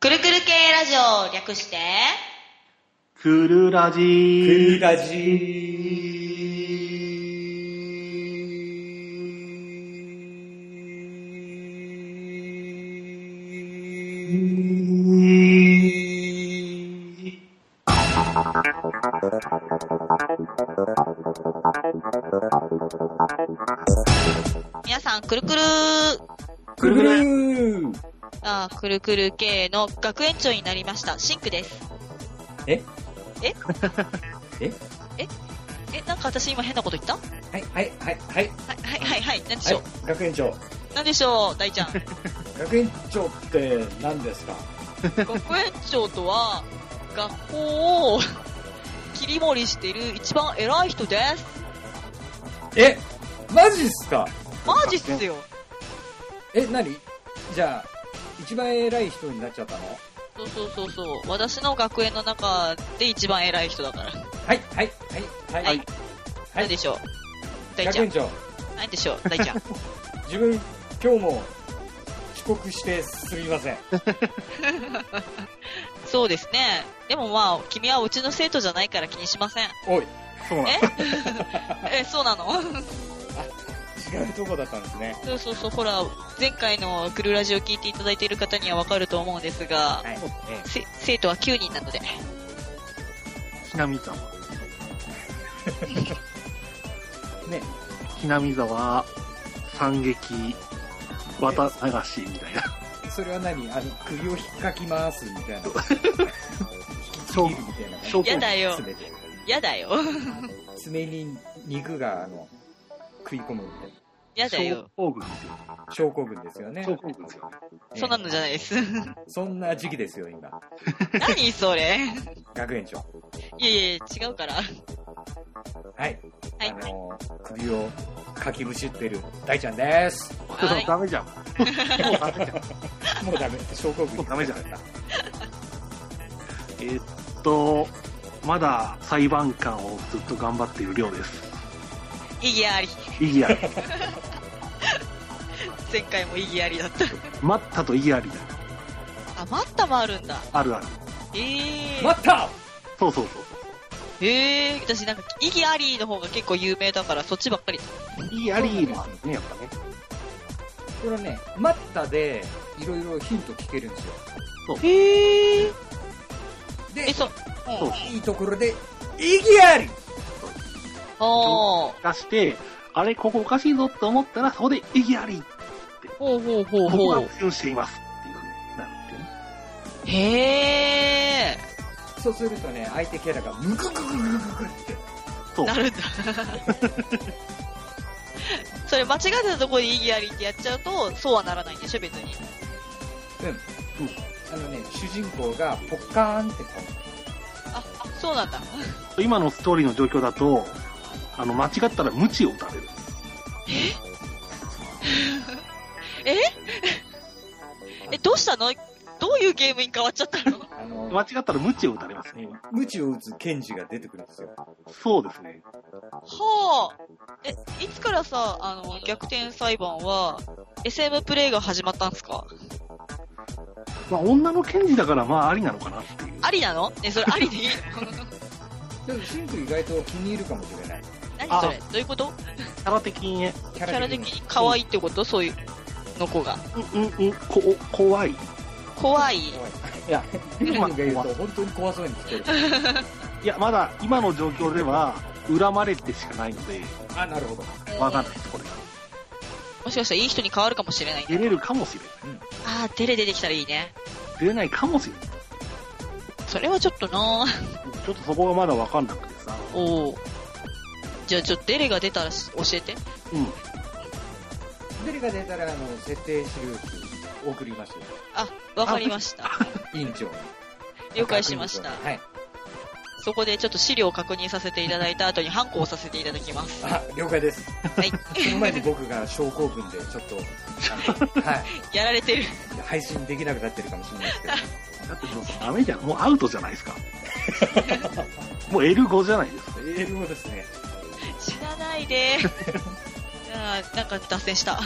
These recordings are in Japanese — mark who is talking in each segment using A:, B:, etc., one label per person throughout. A: くるくる系ラジオ略して、
B: くるラジ
C: ク
B: ー
C: リラジ
A: 皆さん、くるくる
C: くるくる
A: あーくるくる系の学園長になりました、シンクです。
C: え
A: え
C: え
A: ええ、なんか私今変なこと言ったは
C: はい、はい、はい、はい、
A: い、はい、はい、はい、なんでし
C: は
A: ょう、
C: い、学園長。
A: なんでしょう、大 ちゃん。
C: 学園長って何ですか
A: 学園長とは、学校を切り盛りしている一番偉い人です。
C: え、マジっすか
A: マジっすよ。
C: え、何じゃあ、一番偉い人になっちゃったの
A: そうそうそうそう。私の学園の中で一番偉い人だから。
C: はい、はい、はい、は
A: はいい。なんでしょう大ち
C: 学
A: ゃ
C: 園
A: ん。
C: 長、
A: なんでしょう大ちゃ ん。
C: 自分、今日も遅刻してすみません。
A: そうですね。でもまあ、君はうちの生徒じゃないから気にしません。
C: おい、
B: そうなん
A: ええ、そう なの
C: 違うとこだったんですね。
A: そうそうそう、ほら、前回のクルラジを聞いていただいている方にはわかると思うんですが、
C: はい。
A: せ生徒は9人なので。
B: ひなみざわ。
C: ね、
B: ひなみざわ、三撃、綿流しみたいな。
C: それは何あの、首を引っかきますみた いな。引き ちぎるみたいな感じ。
B: 証拠
A: やだよ
C: す。べて。
A: やだ よ。
C: 爪に肉が、あの、食い込むみたい
A: やだよ。
B: 症候群ですよ。
C: な。症候群ですよね。
B: 症候群ですよ。
C: ええ
A: そんなのじゃないです。
C: そんな時期ですよ、今。
A: 何それ。
C: 学園長。
A: いやいや、違うから。
C: はい。
A: はい
C: あのー首をかきむしってる大ちゃんです。
A: はい
B: ダメじゃ ん。もうダメじゃん。
C: もうダメ。症候群。
B: もうダメじゃん
C: か。
B: えーっと、まだ裁判官をずっと頑張っている亮です。
A: 意義あり。
B: 意義あり。
A: 前回も意義ありだ った。
B: 待ったと意義ありだ。
A: あ、待ったもあるんだ。
B: あるある。
A: ええー。
C: 待った
B: そうそうそう。
A: ええー、私なんか、意義ありの方が結構有名だから、そっちばっかり。
B: いいありもあるね、やっぱね。
C: これね、待ったで、いろいろヒント聞けるんですよ。
A: へえ。
C: で
A: え、、そう。
B: そう。
C: いいところで、意義あり
A: おー。
B: 出して、あれ、ここおかしいぞって思ったら、そこで意義あり。
A: ほうほうほう
B: ここ
A: ほ
B: が
A: う
B: 矛。盾しています。っていうふうになるっていうね。
A: へえ。
C: そうするとね、相手キャラがムククククククって。
B: そう。
A: なるんだ。それ間違ってたところで意義ありってやっちゃうと、そうはならないんでしょ、別に。
C: あのね、主人公がポッカーンって顔。
A: あ、あそうなんだ。
B: 今のストーリーの状況だと、あの、間違ったら無知を打たれる。
A: え、どうしたのどういうゲームに変わっちゃったの
C: あの、
B: 間違ったら無知を打たれますね、今。
C: 鞭を打つ剣士が出てくるんですよ。
B: そうですね。
A: はあ。え、いつからさ、あの、逆転裁判は、SM プレイが始まったんすか
B: まあ、女の検事だから、まあ、ありなのかなっていう。
A: ありなのね、それありでいいの
C: でも、シンク意外と気に入るかもしれない。
A: 何それどういうこと
B: キャラ的にね、
C: キ
A: キャラ的に可愛いってことそういうの子が。
B: うんうんうん、こ、怖い。
A: 怖い。
C: いや、ヒルマンが言う
B: まあ
C: と本当に怖そうに聞こ
B: いや、まだ、今の状況では、恨まれてしかないので、
C: える。あ、なるほど。
B: わかんないです、これが。
A: もしかしたらいい人に変わるかもしれない。
B: 出れるかもしれない。
A: ああ、テレ出てきたらいいね。
B: 出れないかもしれない。
A: それはちょっとなぁ。
B: ちょっとそこがまだわかんなくてさ。
A: おお。じゃあちょっとデレが出たらし教えて。
B: うん。
C: 誰が出たら、あの、設定資料を送りましょ
A: あ、わかりました。
C: う。委員長に。
A: 了解しました。
C: はい。
A: そこでちょっと資料を確認させていただいた後に反抗をさせていただきます。
C: あ、了解です。
A: はい。
C: その前に僕が症候群で、ちょっと、あのはい。
A: やられてる。
C: 配信できなくなってるかもしれないですけど。
B: だってもうダメじゃん。もうアウトじゃない ですか。もう L5 じゃないですか。
C: 英語ですね。
A: 死なないで。あーなんか脱線した。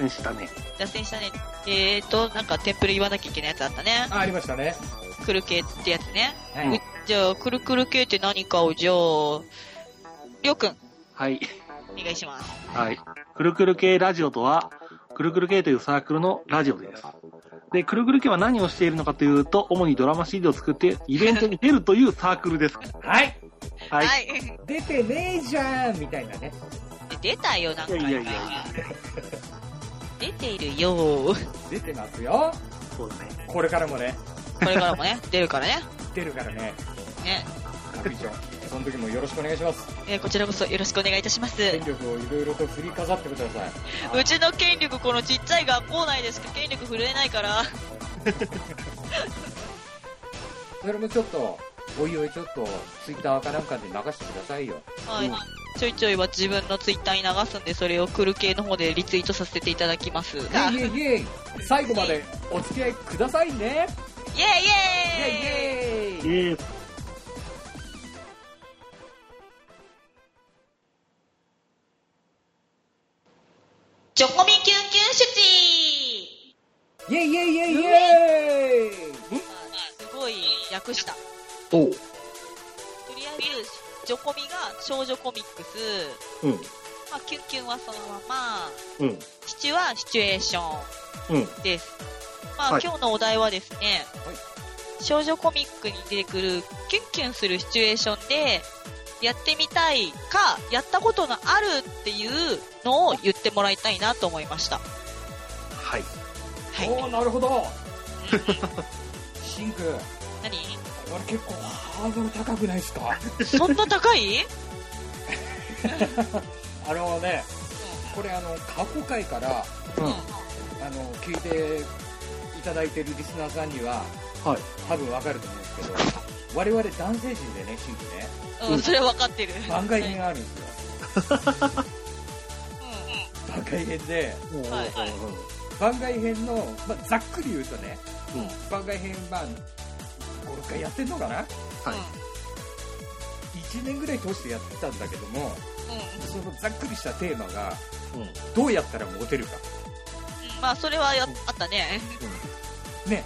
B: でしたね。
A: 脱線したね。えーと、なんかテンプレ言わなきゃいけないやつあったね。
C: あ、ありましたね。
A: くる系ってやつね。
C: は
B: うん
C: い。
A: じゃあ、くるくる系って何かを、じゃあ、りょうくん、
B: はい。
A: お願いします。
B: はい。くるくる系ラジオとは、くるくる系というサークルのラジオです。で、くるくる系は何をしているのかというと、主にドラマ CD を作ってイベントに出るというサークルです。
C: はい。
B: はい。
A: はい。
C: 出てねえじゃんみたいなね。
A: 出たよ、なんか。
B: いやいやいやい
A: 出ているよー。
C: 出てますよ。
B: そうだね。
C: これからもね、
A: これからもね、 出るからね。
C: 出るからね、
A: ね。
C: 各長その時もよろしくお願いします。
A: えーこちらこそよろしくお願いいたします。
C: 権力をいろいろと振りかざってください。
A: うちの権力、このちっちゃい学校内でしか権力振るえないから。
C: それもちょっと、おいおいちょっと、ツイッターかなんかで流してくださいよ。
A: は
B: う
A: い
B: ん。
A: ちょいちょいは自分のツイッターに流すんで、それをクル系の方でリツイートさせていただきます。イ
C: イ ェイイェイイェイ最後までお付き合いくださいね
A: イ
C: イェイ
A: ェイイェイ
C: イ
B: え
C: ェイ
B: ー、
A: チョコミキュンキュンシ
C: イェイイェイイェイイェイ
A: ュチすごい略した。と
B: おう。
A: りあえず、ジョコミが少女コミックス、
B: うん。
A: まあ、キュンキュンはそのまま、
B: うん。
A: シチュはシチュエーショ
B: うん。
A: ンです。まあ、
B: はい
A: 今日のお題はですね、
C: はい
A: 少女コミックに出てくるキュンキュンするシチュエーションで、やってみたいか、やったことのあるっていうのを言ってもらいたいなと思いました。
B: はい。
A: はい。
C: おーなるほどシンク
A: 何
C: これ結構ハードル高くないですか
A: そんな高いうん
C: あのねこれあの過去回から
B: うん。
C: あの聞いていただいてるリスナーさんには
B: はい。
C: 多分わかると思うんですけど我々男性陣でねシンクね
A: うん、うん、それは分かってる。
C: 番外編
A: うん
C: があるんですよ番外編で
B: おう
A: はいはい
C: 番外編の、まあ、ざっくり言うとね、
B: うん
C: 番外編版56回やってんのかな
B: はい。
C: 1年ぐらい通してやってたんだけども
A: うん。うん。
C: そのざっくりしたテーマが
B: うん。うん。
C: どうやったらモテるか
A: うんまあ、それはやあったね。
C: ね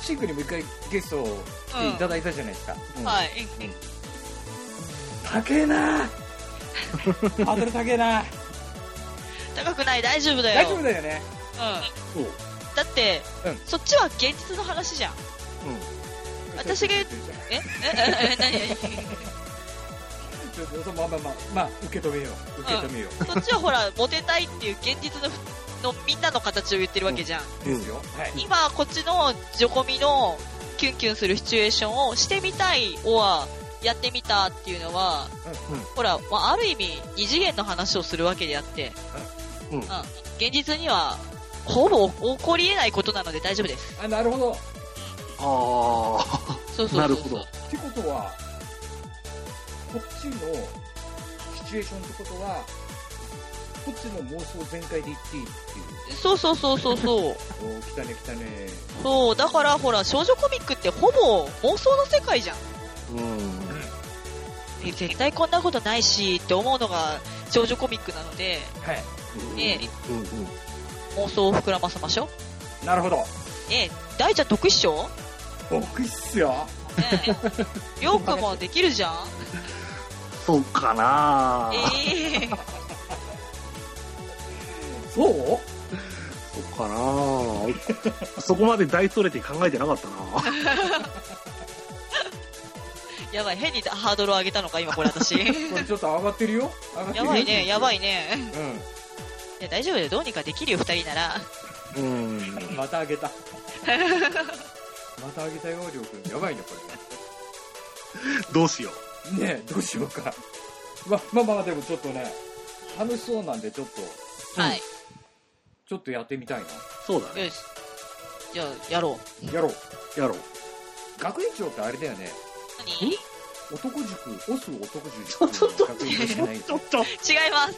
C: シンクにも一回ゲストを来ていただいたじゃないですか、
B: うん
A: はい。
C: 高 えなハードル高えな
A: 高くない、大丈夫だよ。
C: 大丈夫だよね
A: う。
B: そうん
A: だって、
C: うん
A: そっちは現実の話 じゃん。私が言うええええ何
C: ちょっとまあまあまあまあ受け止めよう受け止めよう、
A: 何そっちはほら、モテたいっていう現実ののみんなの形を言ってるわけじゃん。
B: うん
C: ですよ、はい
A: 今、こっちのジョコミのキュンキュンするシチュエーションをしてみたい、おは、やってみたっていうのは、
B: うんうん
A: ほら、まあ、ある意味、二次元の話をするわけであって、
B: うんうん
A: 現実には、ほぼ起こり得ないことなので大丈夫です。
C: あなるほどっ
B: あ
A: そうそうそうそ
B: あ。
A: う
B: なるほど。
C: てことはこっちのシチュエーションってことはこっちの妄想全開で言っていいっていう
A: そうそうそうそうそう。
C: おー、来たね来たね。
A: そう、だからほら、少女コミックってほぼ妄想の世界じゃん。
B: うん。
A: え絶対こんなことないしって思うのが少女コミックなので、
C: はい。
A: ね
B: うん。
A: 妄想を膨らませましょう。
C: なるほど。
A: ねえ、大ちゃん得意っしょ
C: 僕っすよ。
A: ね え、りょうくんもできるじゃん
B: そうかな
A: ええ
C: そう
B: そうかなそこまで大それて考えてなかったな
A: やばい、変にハードルを上げたのか、今これ私。
C: これちょっと上がってるよ。上がって
A: や
C: る
A: ばいね、やば
C: い。
A: いね。
C: う
A: いや、大丈夫だよ、どうにかできるよ、二人なら。
B: うん
C: ん。 また上げ た。また上げたよ、りょうくん。やばいね、こ
B: どうしよ
C: れね。ねえ、どうしようか。ま、まあまあ、でもちょっとね、楽しそうなんで、ちょっと、
B: うん
A: はい。
C: ちょっとやってみたい
B: うんそうだ
A: よし。じゃあ、やろう。
C: な。やろう。
B: やろう
C: 学園長ってあれだよね。
A: 何違い
C: 男塾、オス男塾。ちょっと、学園長じゃないよね
B: ちょっと
A: ます。
C: 違うよね。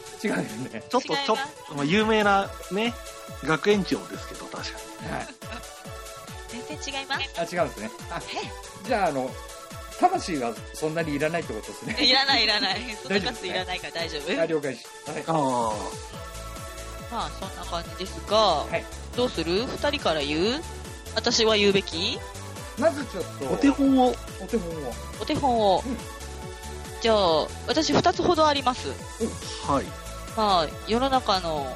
B: ちょっとちょ
A: 違い
B: っ
A: ます
B: と、まあ、有名なね学園長ですけど確か
C: はい。
A: 全然違います。
C: あ、違うんですね。あ、じゃあ、あの、魂はそんなにいらないってことですね。
A: いらないいらない。そんな数いらないから大丈夫。
C: あ、了解し。はい。
B: にああ
A: まあ、そんな感じですが、
C: はい
A: どうする二人から言う私は言うべき
C: まずちょっと、
B: お手本を、
C: お手本を。
A: お手本を。
C: うん
A: じゃあ、私二つほどあります。
B: はい。
A: まあ、世の中の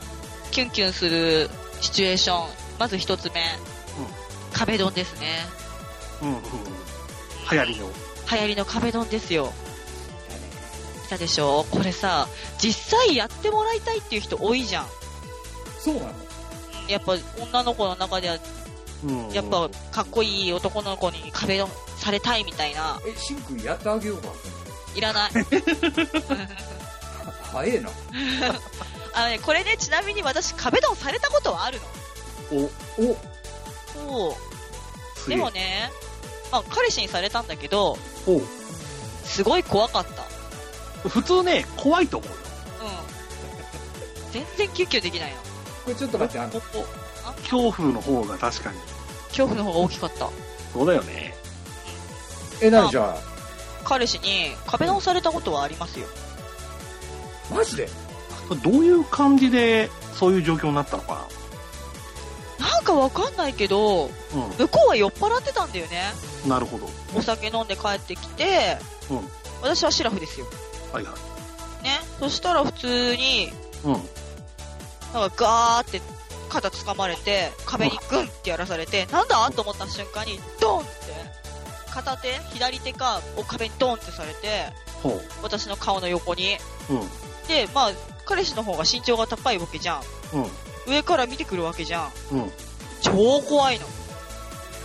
A: キュンキュンするシチュエーション。まず一つ目。壁ドンですね。
B: うんうん。流行りの。
A: 流行りの壁ドンですよ。来たでしょこれさ、実際やってもらいたいっていう人多いじゃん。
C: そうなの
A: やっぱ女の子の中では、
B: うん。
A: やっぱかっこいい男の子に壁ドンされたいみたいな。
C: え、シンくんやってあげようか。
A: いらない。
C: 早えな。
A: あのね、これね、ちなみに私壁ドンされたことはあるの。
B: お、
C: お、
A: そ
B: す
A: う。
B: げ
A: で
B: え
A: も。ね、まあ彼氏にされたんだけど、
B: お
A: すごい怖かった。
B: 普通ね、怖いと思うよ。
A: うん。全然救急できないの。
C: これちょっと待って、あ
A: こ
C: の、
A: こ
B: 恐怖の方が確かに。
A: 恐怖の方が大きかった。
B: そうだよね。
C: え、なにじゃあ、
A: 彼氏に壁ドンされたことはありますよ。
C: マジで
B: どういう感じで、そういう状況になったのか
A: なんかわかんないけど、
B: な。
A: 向こうは酔っ払ってたんだよね。
B: うん。なるほど。
A: お酒飲んで帰ってきて、
B: うん
A: 私はシラフですよ。
B: はいはい。
A: ね。そしたら普通に、
B: う
A: なんかガーって肩掴まれて、壁にグンってやらされて、なんだと思った瞬間に、ドンって、片手、左手か、を壁にドンってされて、
B: ん。ほ
A: 私の顔の横に。
B: う。うん。
A: で、まあ、彼氏の方が身長が高いわけじゃん。
B: うん。
A: 上から見てくるわけじゃん。
B: うん。
A: 超怖いの。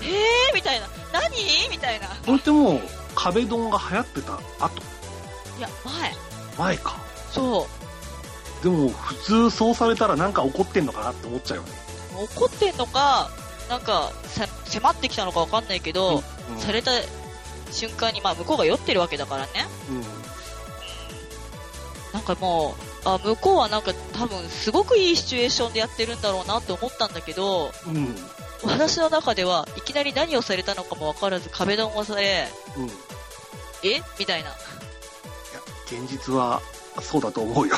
A: えーみたいな。何みたいな。
B: それってもう、壁ドンが流行ってた後、
A: いや、前。
B: 前か。
A: そ
B: でも、普通そうされたらなんか怒ってんのかなって思っちゃうよね。
A: う。怒ってんのか、なんか、せ迫ってきたのかわかんないけど、
B: うん
A: された瞬間に、まあ、向こうが酔ってるわけだからね。
B: うん。
A: なんかもう、あ、向こうはなんか多分すごくいいシチュエーションでやってるんだろうなって思ったんだけど、
B: うん。うん。
A: 私の中ではいきなり何をされたのかもわからず壁ドンをされ、
B: いや、
A: えみたいな。
B: 現実は、そうだと思うよ。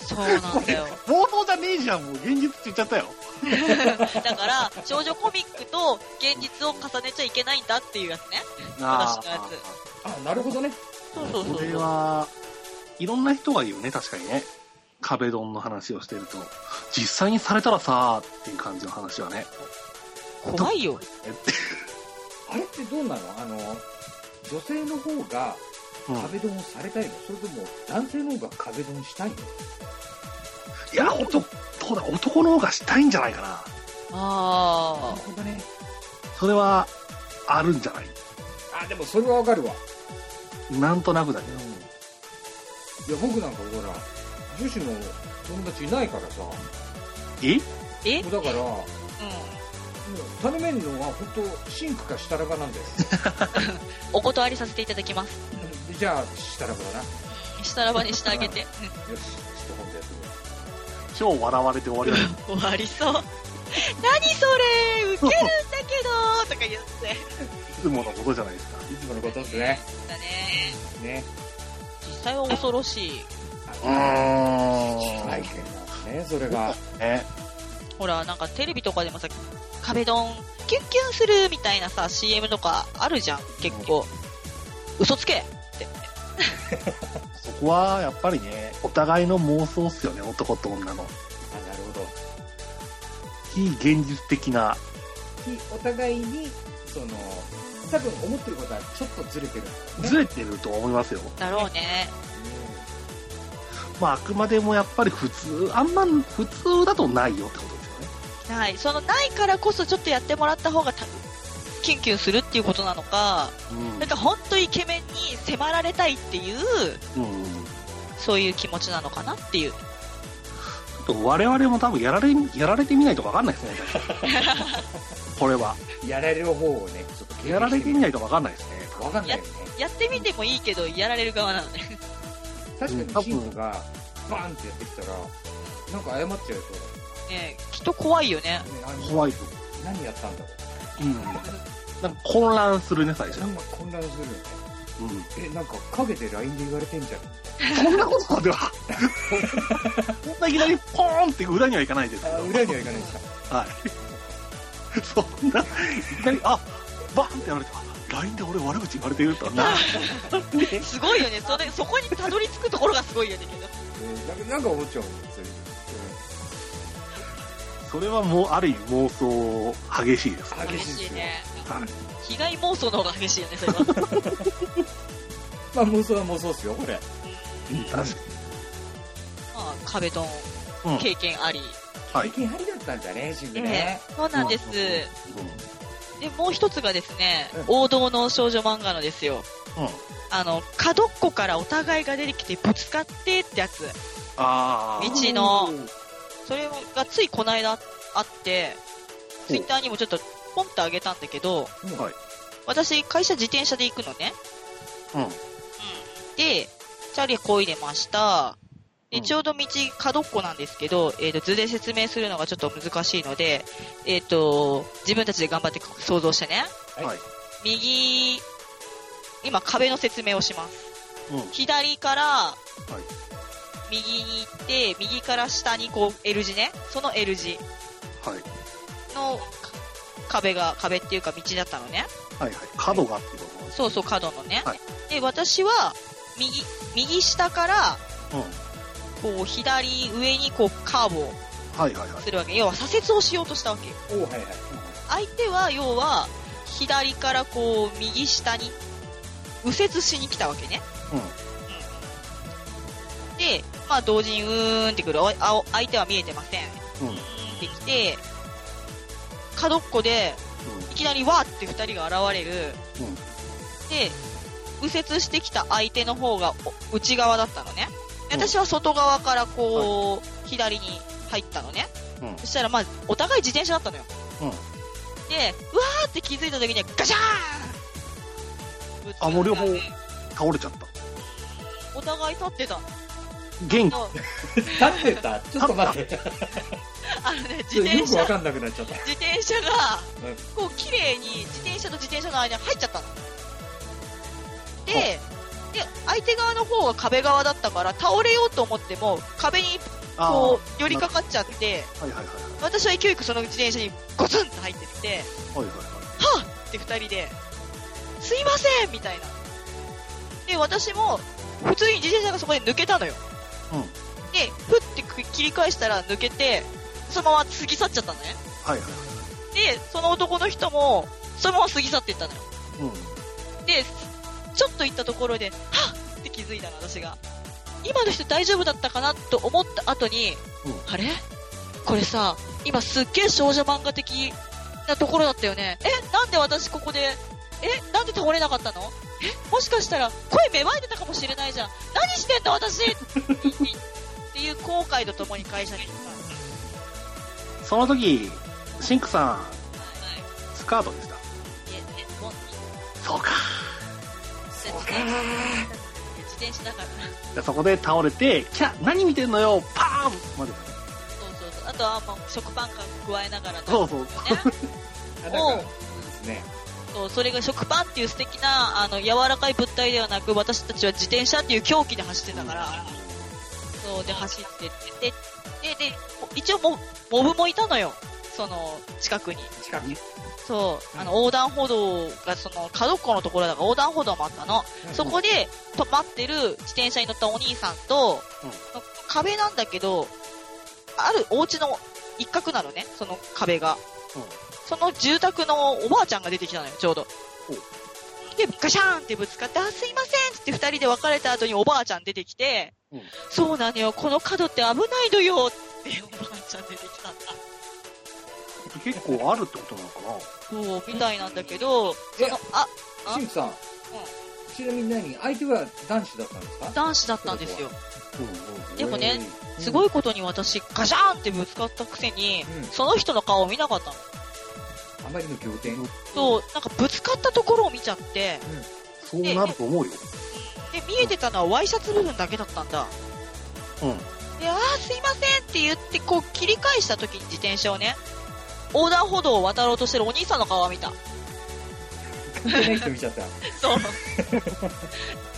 A: そうなんだよ。
B: 妄想じゃねえじゃん、もう現実って言っちゃったよ。
A: だから、少女コミックと現実を重ねちゃいけないんだっていうやつね。
B: あ
A: 私のやつ
C: あ、なるほどね。
A: そうそう
B: ー
A: そ
B: こ
A: う
B: れ
A: そう。
B: は、いろんな人が言うね、確かにね。壁ドンの話をしてると、実際にされたらさーっていう感じの話はね。
A: 怖いよ。
C: あれってどうなのあの、女性の方が
B: うん、い
C: 壁ドンされたいのそれとも男性の方が壁ドンしたいの
B: や、男、そうだ、男の方がしたいんじゃないかな。
C: な
A: あ
C: るほどね。
B: それは、あるんじゃない
C: あ、でもそれはわかるわ。
B: なんとなくだけ
C: う
B: ど。
C: ん。いや、僕なんかほら、女子の友達いないからさ、も
B: え
A: ー。えう。
C: うだから、もうん頼めるのは本当シンクかしたらばなん だよ。
A: お断りさせていただきます。
C: じゃあ、したらばだな。よ
A: したらばにしてあ げて。
C: し、ちょっと今度やってみよ
B: 超笑われて終わりだよ。
A: 終わりそう。何それウケるんだけどとか言って。
B: いつものことじゃないですか。
C: う。いつものことですね。
A: だね。
C: ね。
A: 実際は恐ろしい。
B: う
C: あ
B: ー
C: 体験なんですね、それが。
B: ね。
A: ほら、なんかテレビとかでもさ、壁ドン、キュンキュンするみたいなさ、CM とかあるじゃん、結構。嘘つけ
B: そこは、やっぱりね、お互いの妄想っすよね、男と女の。
C: あ、なるほど。
B: 非現実的な。
C: お互いに、その、多分思ってることはちょっとずれてるんだろうね。
B: ずれてると思いますよ。
A: だろうね。
B: まあ、あくまでもやっぱり普通、あんま普通だとないよってことですよね。
A: ない。そのないからこそちょっとやってもらった方がた、キュンキュンするっていうことなのか、
B: うん
A: なんかほんとイケメンに迫られたいっていう、
B: うん。ち
A: そういう気持ちなのかなっていう。
B: ょっと我々も多分やられ、やられてみないとわかんないです ね。これは。
C: うんやられる方をね、ちょっと経験してみ
B: やられてみないとわかんないですね。
C: わかんないよね。
A: やってみてもいいけど、やられる側なので。
C: 確
B: うん
C: か
B: 多分
C: にシンクが、バーンってやってきたら、なんか謝っちゃう
A: ねえきっと怖いよね。
C: と、ね、あの
B: 怖いと。
C: 何やったんだろう。
B: うん。なんか混乱するね、最初。
C: なんか混乱するよね。
B: うん。
C: え、なんか陰で LINE で言われてんじゃん。
B: そんなことまでは。そんないきなりポーンって裏にはいかないですけど。
C: あ、裏にはいかないでした。
B: はい。そんな、いきなり、あ、バンって言われて、あ LINE で俺悪口言われてるとはな。
A: すごいよね。それ、そこにたどり着くところがすごいよね、けど。
C: えなんかなんか思っちゃう。それ
B: それはもう、ある意味妄想激しいですね。
C: うん激
A: 激
C: しい
A: し
C: です
A: い
C: ね
A: ね。
B: はい
A: 被害妄想の方が激しいよね、それ は。
C: まあ妄想は妄想っすよ、これ。
B: 確
A: まあ、壁ドン
B: かに。うん。
A: 経験あり。
B: は
C: 最。近針だったんだね、渋ね
A: ね。そうなんです。
B: う
A: で、もう一つがですね
C: うん、
A: 王道の少女漫画のですよ。
B: ん。うん。
A: あの、角っこからお互いが出てきてぶつかってってやつ。
B: あ
A: 道
B: ー
A: の
C: うん
A: それがついこの間あって、ツイッターにもちょっとポンってあげたんだけど、
B: はい
A: 私、会社自転車で行くのね。
B: うん。
A: で、チャリこいでました。
B: う
A: で、
B: ん
A: ちょうど道角っこなんですけど、えっ、と、図で説明するのがちょっと難しいので、えっ、と、自分たちで頑張って想像してね。
B: はい。
A: 右、今壁の説明をします。
B: うん。
A: 左から、右に行って、右から下にこう L 字ね。その L 字
B: はい。
A: の壁が、壁っていうか道だったのね。
B: はいはい。角がっていうことです
A: そうそう、角のね。
B: はい
A: で、私は、右、右下から、
B: うん。
A: こう、左上にこう、カーブを
B: はいはいはい。
A: するわけ。要は左折をしようとしたわけよ。
C: おはいはい。
A: 相手は、要は、左からこう、右下に、右折しに来たわけね。
B: うん。
A: で、まあ、同時にうーんってくる。おあお相手は見えてません。
B: うん。うん。
A: ってきて、角っこで、いきなりわーって二人が現れる。
B: うん
A: で、右折してきた相手の方がお内側だったのね。で
B: うん
A: 私は外側からこう、左に入ったのね。
B: うん
A: そしたらまあ、お互い自転車だったのよ。
B: うん
A: で、うわーって気づいた時にはガシャーン
B: あもう両方倒れちゃった。
A: お互い立ってた の。
B: 元気。
C: 立って た ちょっと待って。
A: あのね、自
C: ちょっと
A: 転
C: よく
A: 車、
C: わかんなくなっちゃった。
A: 自転車が、
C: うん
A: こう綺麗に自転車と自転車の間に入っちゃったの。で、で、相手側の方が壁側だったから、倒れようと思っても、壁に
B: ー
A: こう、寄りかかっちゃって、
B: はいはいはい。
A: 私は勢いよくその自転車にゴツンと入ってきて、
B: はいはいはい。
A: はっって二人で、すいませんみたいな。で、私も、普通に自転車がそこで抜けたのよ。
B: うん
A: で、ふってく切り返したら抜けて、そのまま過ぎ去っちゃったのね。
B: はいはいはい。
A: で、その男の人も、そのまま過ぎ去っていったのよ。
B: うん。
A: で、ちょっと行ったところで、はっって気づいたの、私が。今の人大丈夫だったかなと思った後に、
B: うん
A: あれこれさ、今すっげえ少女漫画的なところだったよね。え、なんで私ここで、え、なんで倒れなかったのえ、もしかしたら声芽生えてたかもしれないじゃん。何してんの私っていう後悔とともに会社に行ったんです。
B: その時、シンクさ
A: はい
B: ん、スカートでし
A: い
B: た。
A: ええもう
B: そうか。
A: 自
C: そうか
A: 転車だから。
B: じゃあそこで倒れて、キャ何見てんのよパーンまでだね。
A: そうそうそう。あとは、まあ、食パン感加えながらだ
B: そうそう。
C: あなんかそうですね。
A: そうそれが食パンっていう素敵な、あの、柔らかい物体ではなく、私たちは自転車っていう狂気で走ってたから、そう、で、走ってって、で、で、で一応も、モブもいたのよ。その、近くに。
C: 近くに。
A: そう、あの、横断歩道が、その、角っこのところだから横断歩道もあったの。そこで、と待ってる自転車に乗ったお兄さんと、
B: うん
A: 壁なんだけど、あるお家の一角なのね、その壁が。
B: うん
A: その住宅のおばあちゃんが出てきたのよ、ちょうど
B: ほう。
A: で、ガシャーンってぶつかって、あ、すいませんって二人で別れた後におばあちゃん出てきて、
B: うん
A: そうなのよ、この角って危ないのよっておばあちゃん出てきたんだ。
B: 結構あるってことなのかな
A: そう、みたいなんだけど、
C: え
A: その、あ、あ
C: シンクさん。ちなみに何相手は男子だったんですか
A: 男子だったんですよ。
B: うん
A: でもね、
C: うん
A: すごいことに私、ガシャーンってぶつかったくせに、
C: う
A: その人の顔を見なかったの。
C: ん。あまりの仰天。
A: そう、なんかぶつかったところを見ちゃって、
B: そうなると思うよ。
A: で、見えてたのはワイシャツ部分だけだったんだ。
B: うん。
A: で、あーすいませんって言って、こう切り返した時に自転車をね、横断歩道を渡ろうとしてるお兄さんの顔を見た。
C: 関係ない人見ちゃった。
A: そう。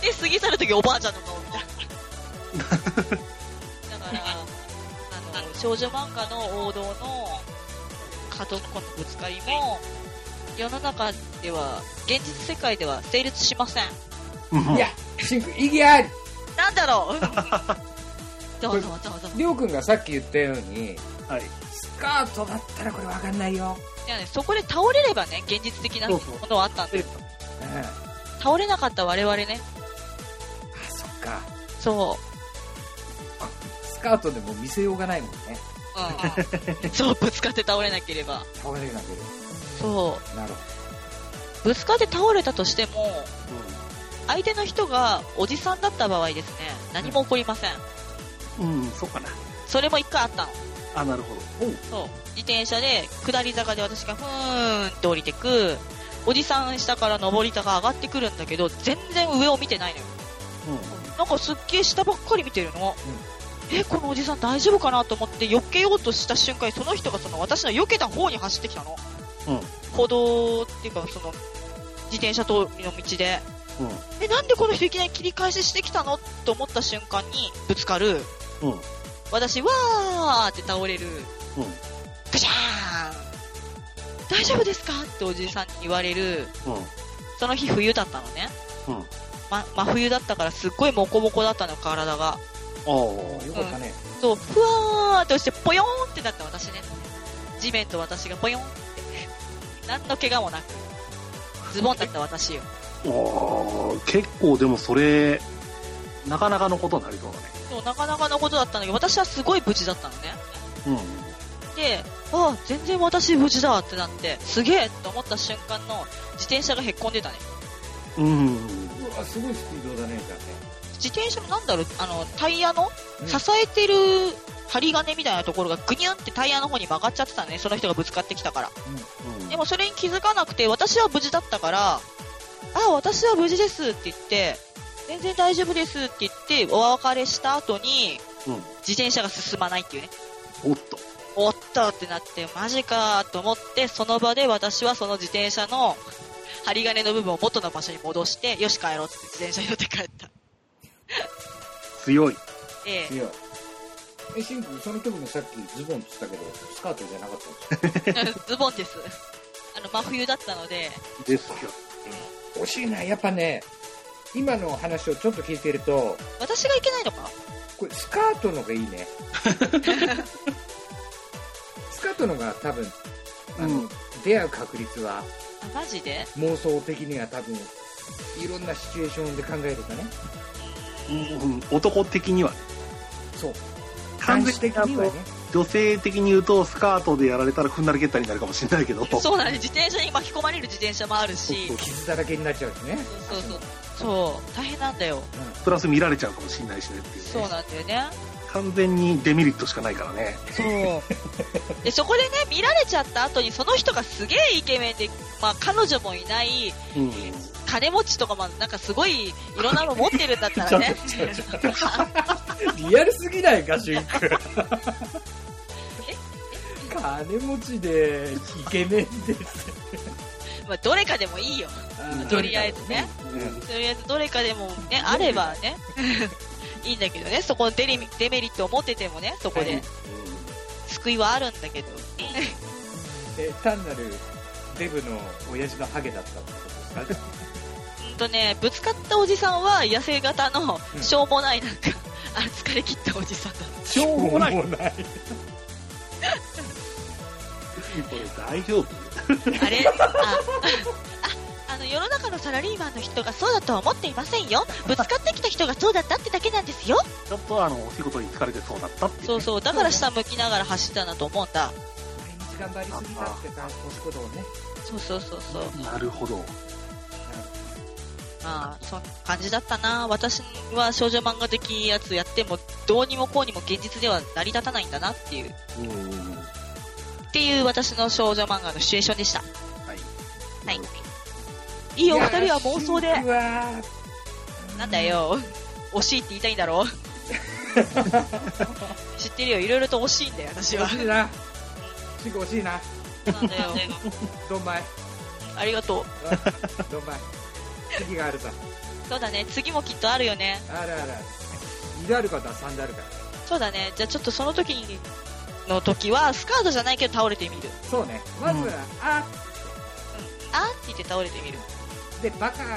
A: で、過ぎ去るときおばあちゃんの顔みたい な。だから、あの、少女漫画の王道の家族間のぶつかりも、世の中では、現実世界では成立しません。
B: うん
C: いや、シンク、意義あり
A: なんだろ うどうぞどうぞ。
C: りょうくんがさっき言ったように、
B: はい。
C: スカートだったらこれわかんないよ。
A: じゃあね、そこで倒れればね、現実的な
B: そ
A: も
B: うそう
A: のはあったんです。
C: うん。あ、
A: 倒れなかった我々ね、
C: そっか。
A: そ
C: スカートでも見せようがないもんね。
A: う。うん。そう、ぶつかって倒れなければ。
C: 倒れなけれ
A: そ
C: ば。なるほ
A: う。ぶつかって倒れたとしても、相手の人がおじさんだった場合ですね、何も起こりません。
B: うん、うん、そうかな。
A: それも一回あったの。
B: あ、なるほど。
A: そう。自転車で、下り坂で私がふーんって降りてく、おじさん下から上り坂上がってくるんだけど、全然上を見てないのよ。なんかすっげえ下ばっかり見てるの。え、このおじさん大丈夫かなと思って避けようとした瞬間にその人がその私の避けた方に走ってきたの。
B: うん
A: 歩道っていうかその、自転車通りの道で。
B: うん、
A: え、なんでこの人いきなり切り返ししてきたのと思った瞬間にぶつかる。
B: うん、うん、
A: 私、わーって倒れる。
B: うん、
A: ガシャーン大丈夫ですかっておじいさんに言われる。
B: うん、
A: その日冬だったのね。
B: うん。
A: ま、真冬だったからすっごいモコモコだったの、体が。
B: あ
C: ど。よかったね。
A: そう、ふわーって落ちて、ポヨーンってなった私ね。地面と私がポヨーンって。何の怪我もなく。ズボンだった私よ。
B: あ。ああ、結構でもそれ、なかなかのことになりそうだね。
A: そう、なかなかのことだったんだけど、私はすごい無事だったのね。
B: うん、
A: で、ああ、全然私無事だってなって、すげえと思った瞬間の自転車がへっこんでたね。
B: うん、
C: うわ、すごいスピードだね、だね。
A: 自転車のなんだろう、あの、タイヤの
C: うん
A: 支えてる針金みたいなところがぐにゅんってタイヤの方に曲がっちゃってたね。その人がぶつかってきたから。
B: うん。
A: でもそれに気づかなくて、私は無事だったから、あ、私は無事ですって言って、全然大丈夫ですって言って、お別れした後に、
B: うん、
A: 自転車が進まないっていうね。
B: おっと。
A: おっとってなって、マジかと思って、その場で私はその自転車の針金の部分を元の場所に戻して、よし帰ろうって自転車に乗って帰った。
B: 強い。
A: え
C: いや。え、シンク、その時もさっきズボンって言ったけど、スカートじゃなかったんですか
A: え ズボンです。あの、真冬だったので、
B: ですよ。
C: 惜しいな、やっぱね、今の話をちょっと聞いてると、
A: 私がいけないのか
C: これスカートのがいいね。スカートのが多分、あの、
B: うん
C: 出会う確率は
A: あマジで
C: 妄想的には多分、いろんなシチュエーションで考えるとね。
B: うん、男的には。
C: そう。
B: 完全
C: 男子的にはね。
B: 女性的に言うと、スカートでやられたら踏んだり蹴ったりになるかもしれないけど。
A: そうだね、自転車に巻き込まれる自転車もあるし、
B: そう
C: 傷だらけになっちゃうしね。
A: そうそうそう。そう、大変なんだよ。
B: プラス見られちゃうかもしれないしねっていうね、
A: そうなんだよ ね。
B: 完全にデメリットしかないからね。
A: そう。で、そこでね、見られちゃった後に、その人がすげえイケメンで、まあ、彼女もいない、
B: うん。
A: 金持ちとかも、なんかすごい、いろんなの持ってるんだったらね。
C: リアルすぎないか、シンク。金持ちで、イケメンで。
A: まあ、どれかでもいいよ。とりあえずね。
B: うん
A: とりあえず、どれかでもね、あればね。 いいんだけどね、そこのデリデメリットを持っててもね、そこ
C: は
A: で
C: い。
A: 救いはあるんだけど。
C: え単なるデブの親父のハゲだったってことですか
A: うんとね、ぶつかったおじさんは、痩せ型の
C: う、ん
A: しょうもないなんか、 あれ疲れ切ったおじさんだった。
B: しょうもない。こ
C: もない
B: れ大丈夫
A: あれあ、あ、あの、世の中のサラリーマンの人がそうだとは思っていませんよ。ぶつかってきた人がそうだったってだけなんですよ。
B: ちょっとあの、お仕事に疲れてそうだったっていう。
A: そうそう。だから下向きながら走ったなと思うんだ。
C: 毎日頑張りすぎたってさお仕事をね
A: そうそうそうそう。
B: なるほど。
A: まあ、そんな感じだったな。私は少女漫画的やつやっても、どうにもこうにも現実では成り立たないんだなっていう。っ
B: うん。
A: ていう私の少女漫画のシチュエーションでした。
B: はい。
A: はい。いいよ、お二人は妄想で
C: いや。ーシンクは
A: なんだよ。惜しいって言いたいんだろ知ってるよ、いろいろと惜しいんだよ、私は
C: 惜。しいなシンク惜しいな
A: なんだよ。
C: どんまい
A: あありがと
C: どんまい。次があるぞ。
A: う。そうだね。次もきっとあるよね。
C: あるあるある。2であるかとは3であるから。
A: そうだね。じゃあちょっとその時に、の時は、スカートじゃないけど倒れてみる。
C: そうね。まずは、あ
A: あーって言って倒れてみる。
C: で、バカの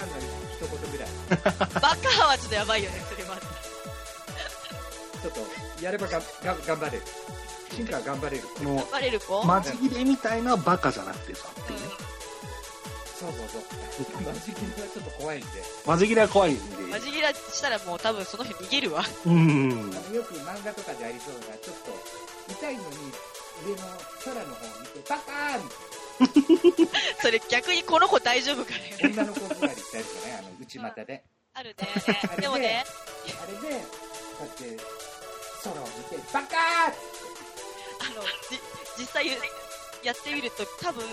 C: 一言ぐらい。
A: バカはちょっとやばいよね、それは。
C: ちょっと、やればがんが頑張れる。進化は頑張れる。
B: も
A: バレる子、
B: う、マジ切れみたいなバカじゃなくてさ、って
A: う
B: い
A: ん
B: うね。
C: そうそうそう。マジキンはちょっと怖いんで。
B: マジ切れは怖いんで。
A: マジギラしたらもう多分その日逃げるわ。
B: うん。
C: あのよく漫画とかでありそうな、ちょっと、痛いのに、上の空の方を見て、バカーみ
A: それ逆にこの子大丈夫かね。
C: たいな女の子ぐらいで言ったりとかね、あの、内股で。
A: あるね。でもね、
C: あれで、こうやって、空を見て、バカ
A: あの、じ実際やってみると多分、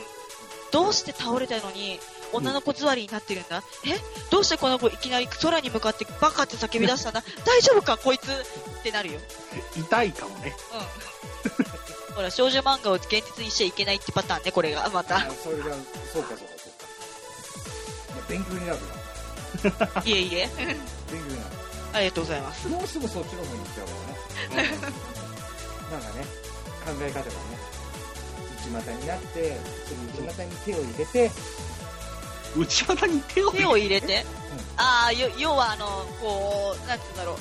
A: どうして倒れたのに女の子座りになってるんだ、えどうしてこの子いきなり空に向かってバカって叫び出したんだ大丈夫かこいつってなるよ。
B: 痛いかもね。
A: うん。ほら、少女漫画を現実にしちゃいけないってパターンね、これが、ま
C: ー
A: た。
C: あそれが、そうかそうかそうか。いや勉強になるな。
A: いえいえ。
C: 勉強になる。
A: ありがとうございます。
C: どうしてもそっちの方に行っちゃうからね。 なんかね、考え方がね、内股になって、その内股に手を入れて、
B: 内股に手を
A: 手を入れて、ああ、よ要はあの、こう、なんて言うんだろう。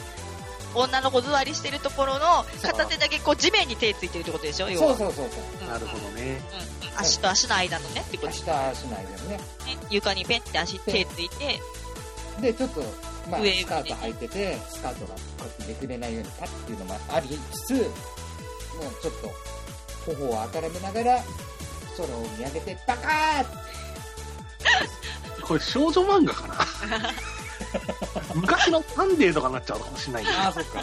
A: 女の子座りしてるところの
B: そう
A: 片手だけこう地面に手ついてるってことでしょ要
C: そ
A: は
C: うそうそうそう。
A: うん
B: なるほどね。
A: うん足と足の間のねってこと
C: 明
A: で
C: 日
A: す
C: しないでね。
A: ね床にペンって足手ついて
C: で、ちょっと、まあ、
A: 上
C: スカート履いてて、スカートがこうやってめくれないようにパッっていうのもありつつ、もうちょっと、頬をあからめながら、空を見上げて、バカーって
B: これ少女漫画かな昔のサンデーとかになっちゃうのかもしれないけど。
C: ああ、そっか。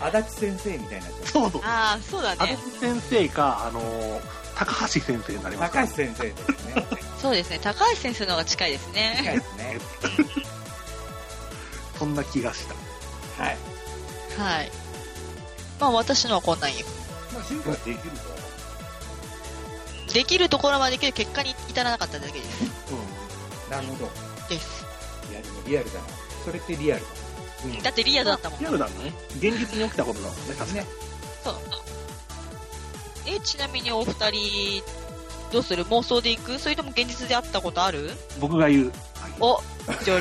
C: 足立先生みたいになっち ゃ
B: そうそう。
A: ああそうだ
B: 安
A: ね
B: 達先生か、あのー高橋先生になり
C: う。
B: ますから
C: 高橋先生です ね。
A: そうですね高橋先生の方が近いですね
C: 近いですね。
B: そんな気がした。
C: はい。
A: はいまあ私のはこんなんよ
C: まあ、進化できると。
A: できるところまでできる結果に至らなかっただけです
C: なるほど。
A: です
C: リアルリアルだな。それってリアル
B: うん。
A: だってリアルだったもん
B: リアルだね。現実に起きたことだもんね、
C: だ
B: 確かに
C: ね。。
A: そうえちなみにお二人どうする妄想で行くそれとも現実で会ったことある
B: 僕が言う。
A: おじ ゃあじゃあ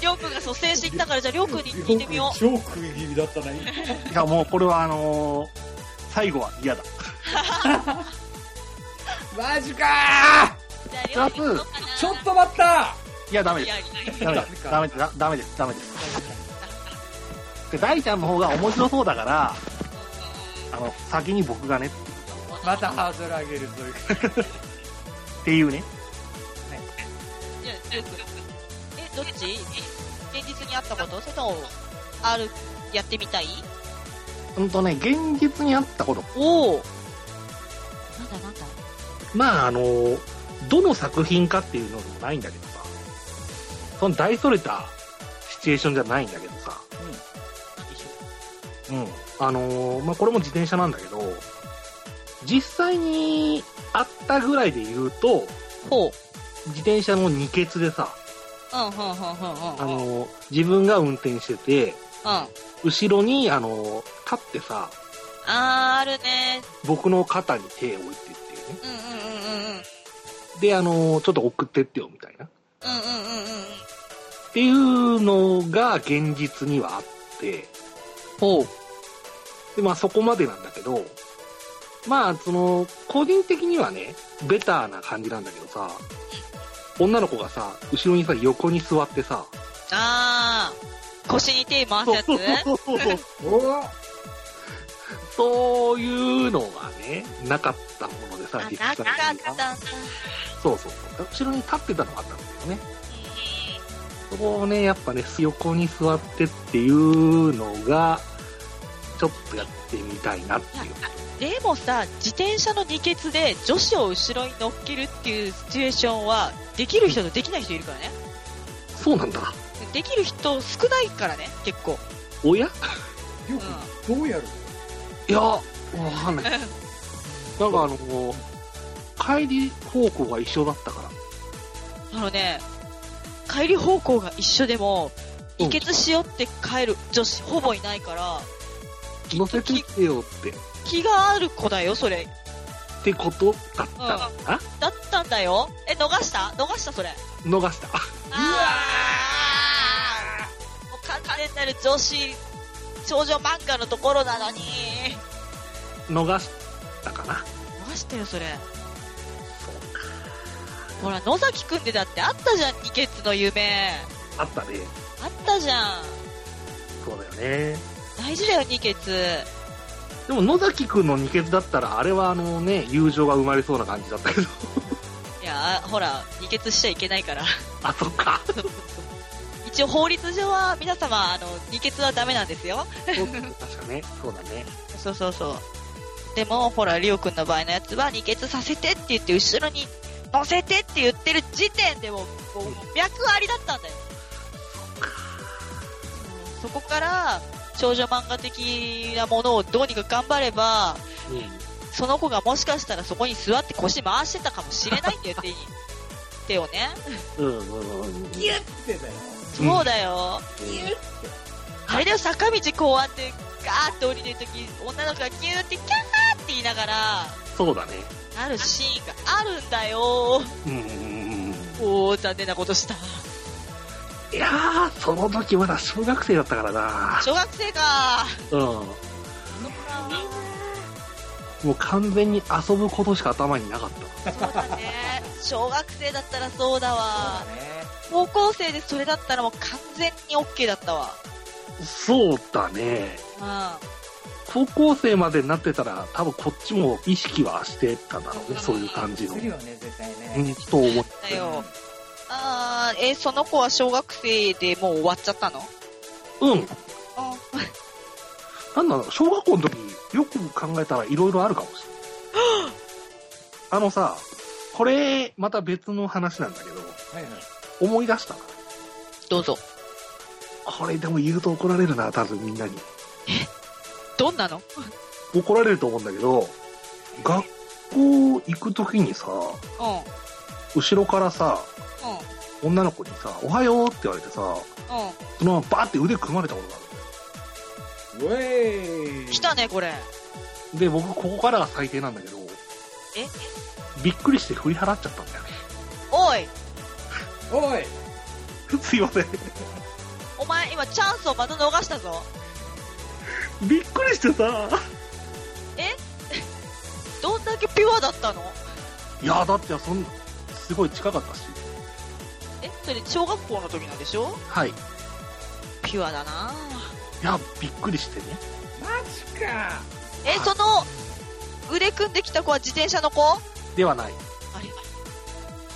A: りょうくんが率先して言ったからじゃありょうくんに聞いてみよう
C: 超食い気味だったな、今。
B: いや、もうこれはあのー最後は嫌だ。
C: マジか
A: じゃありょうくん行こうかな
C: ーちょっと待った
B: いや、ダメ
A: い
B: で
A: や
B: す。
A: いや
B: ダメです。ダメです。ダメです。ダメです。で、大ちゃんの方が面白そうだから、あの、先に僕がね、
C: またハードル上げるというか。
B: っていうね。
A: いやよくえ、どっち現実にあったことそれとも、ある、やってみたい
B: ほんとね、現実にあったこと。
A: おおなんだなんだ
B: まあ、あのーどの作品かっていうのでもないんだけどさ、その大それたシチュエーションじゃないんだけどさ、
A: なんでしょ
B: うん。あのーまあ、これも自転車なんだけど、実際にあったぐらいで言うと、
A: う。ほう。
B: 自転車の二欠でさ、
A: うん、うん、うん、
B: あ
A: うん、うん。うん。
B: のー自分が運転してて、
A: あ
B: 後ろに、あのー立ってさ、
A: ー、あるね。
B: 僕の肩に手を置いてっていうね。
A: うん、うん、うん、うん。
B: で、あのーちょっと送ってってよ、みたいな。
A: うん、うん、うん、うん。
B: っていうのが現実にはあって、
A: ほう。
B: で、まあそこまでなんだけど、まあその、個人的にはね、ベターな感じなんだけどさ、女の子がさ、後ろにさ、横に座ってさ、
A: あー、腰に手回すやつ
B: そうそうそうそう、
C: おお
B: そういうのがね、なかったものでさ
A: あ、、
B: 実
A: な
B: 際
A: か
B: に
A: ったんだ。
B: そうそうそう。後ろに立ってたのがあったんだけどね。そこをね、やっぱね、横に座ってっていうのが、ちょっとやってみたいなっていう。
A: でもさ、自転車の二欠で女子を後ろに乗っけるっていうシチュエーションは、できる人とできない人いるからね。
B: そうなんだ。
A: できる人少ないからね、結構。
B: お や
C: りょうくん、どうやる
B: いや、わかんない。なんかあの、帰り方向が一緒だったから。
A: あのね、帰り方向が一緒でも、
B: うん
A: 輸血しよって帰る女子ほぼいないから、
B: 乗せてってよって、っ
A: 気がある子だよ、それ。
B: てことだったのかな
A: だったんだよ。え、逃した逃した、それ。
B: 逃した。
A: あーもう書かれてる女子少女漫画のところなのに
B: 逃したかな。
A: 逃してよそれほら野崎くんでだってあったじゃん二血の夢
B: あったね。
A: あったじゃん
B: そうだよね。
A: 大事だよ二血
B: でも野崎くんの二血だったら、あれはあのね、友情が生まれそうな感じだったけど。
A: いやあほら二血しちゃいけないから
B: あ、そっか。
A: 一応法律上は皆様あの二血はダメなんですよ
B: そう確かね。そうだね。
A: そうそうそう。でも、ほら、リオくんの場合のやつは、二血させてって言って、後ろに乗せてって言ってる時点でもう、もう脈ありだったんだよ。そこから、少女漫画的なものをどうにか頑張れば、
B: うん。
A: その子がもしかしたらそこに座って腰回してたかもしれないんだよ、手に。手をね。
B: うんうんうんうん。
C: ギュッてだよ。
A: そうだよ。
C: ギュッて。
A: あれだよ、坂道こうやって、ガーって降りてるとき、女の子がギューってキャーって言いながら、
B: そうだね。
A: あるシーンがあるんだよ。
B: うんうんうんうん。
A: おー、残念なことした。
B: いやー、その時まだ小学生だったからな。
A: 小学生か。
B: うん。もう完全に遊ぶことしか頭になかった。
A: そうだね。小学生だったらそうだわ
C: そう。だね。
A: 高校生でそれだったらもう完全に OK だったわ。
B: そうだね。
A: う
B: 高校生までになってたら、多分こっちも意識はしてただろうね、そういう感じの。
C: するよね、絶対
B: う
C: ね。
B: ん、と思っ
A: ん。だよ。あー、え、その子は小学生でもう終わっちゃったの
B: うん。
A: あ
B: なんだろう、小学校の時、よく考えたらいろいろあるかもしれない。あのさ、これ、また別の話なんだけど、
C: はいはい。
B: 思い出した。
A: どうぞ。
B: これでも言うと怒られるな、多分みんなに。
A: どんなの
B: 怒られると思うんだけど、学校行く時にさ、
A: うん。うん。
B: 後ろからさ、女の子にさ、おはようって言われてさ、
A: う
B: そのままバーって腕組まれたことがあるんだよ。
C: ウェーイ
A: ん。来たね、これ。
B: で、僕、ここからが最低なんだけど、
A: え
B: びっくりして振り払っちゃったんだよね。
A: おい
C: おい
B: すいません。
A: お前今チャンスをまた逃したぞ。
B: びっくりしてさ、
A: どんだけピュアだったの
B: いや、だってそんすごい近かったし。
A: え、それ小学校の時なんでしょ
B: はい。い
A: ピュアだなぁ。
B: や、びっくりしてね。
C: マジか
A: え、その、腕組んできた子は自転車の子あ
B: ではない
A: れ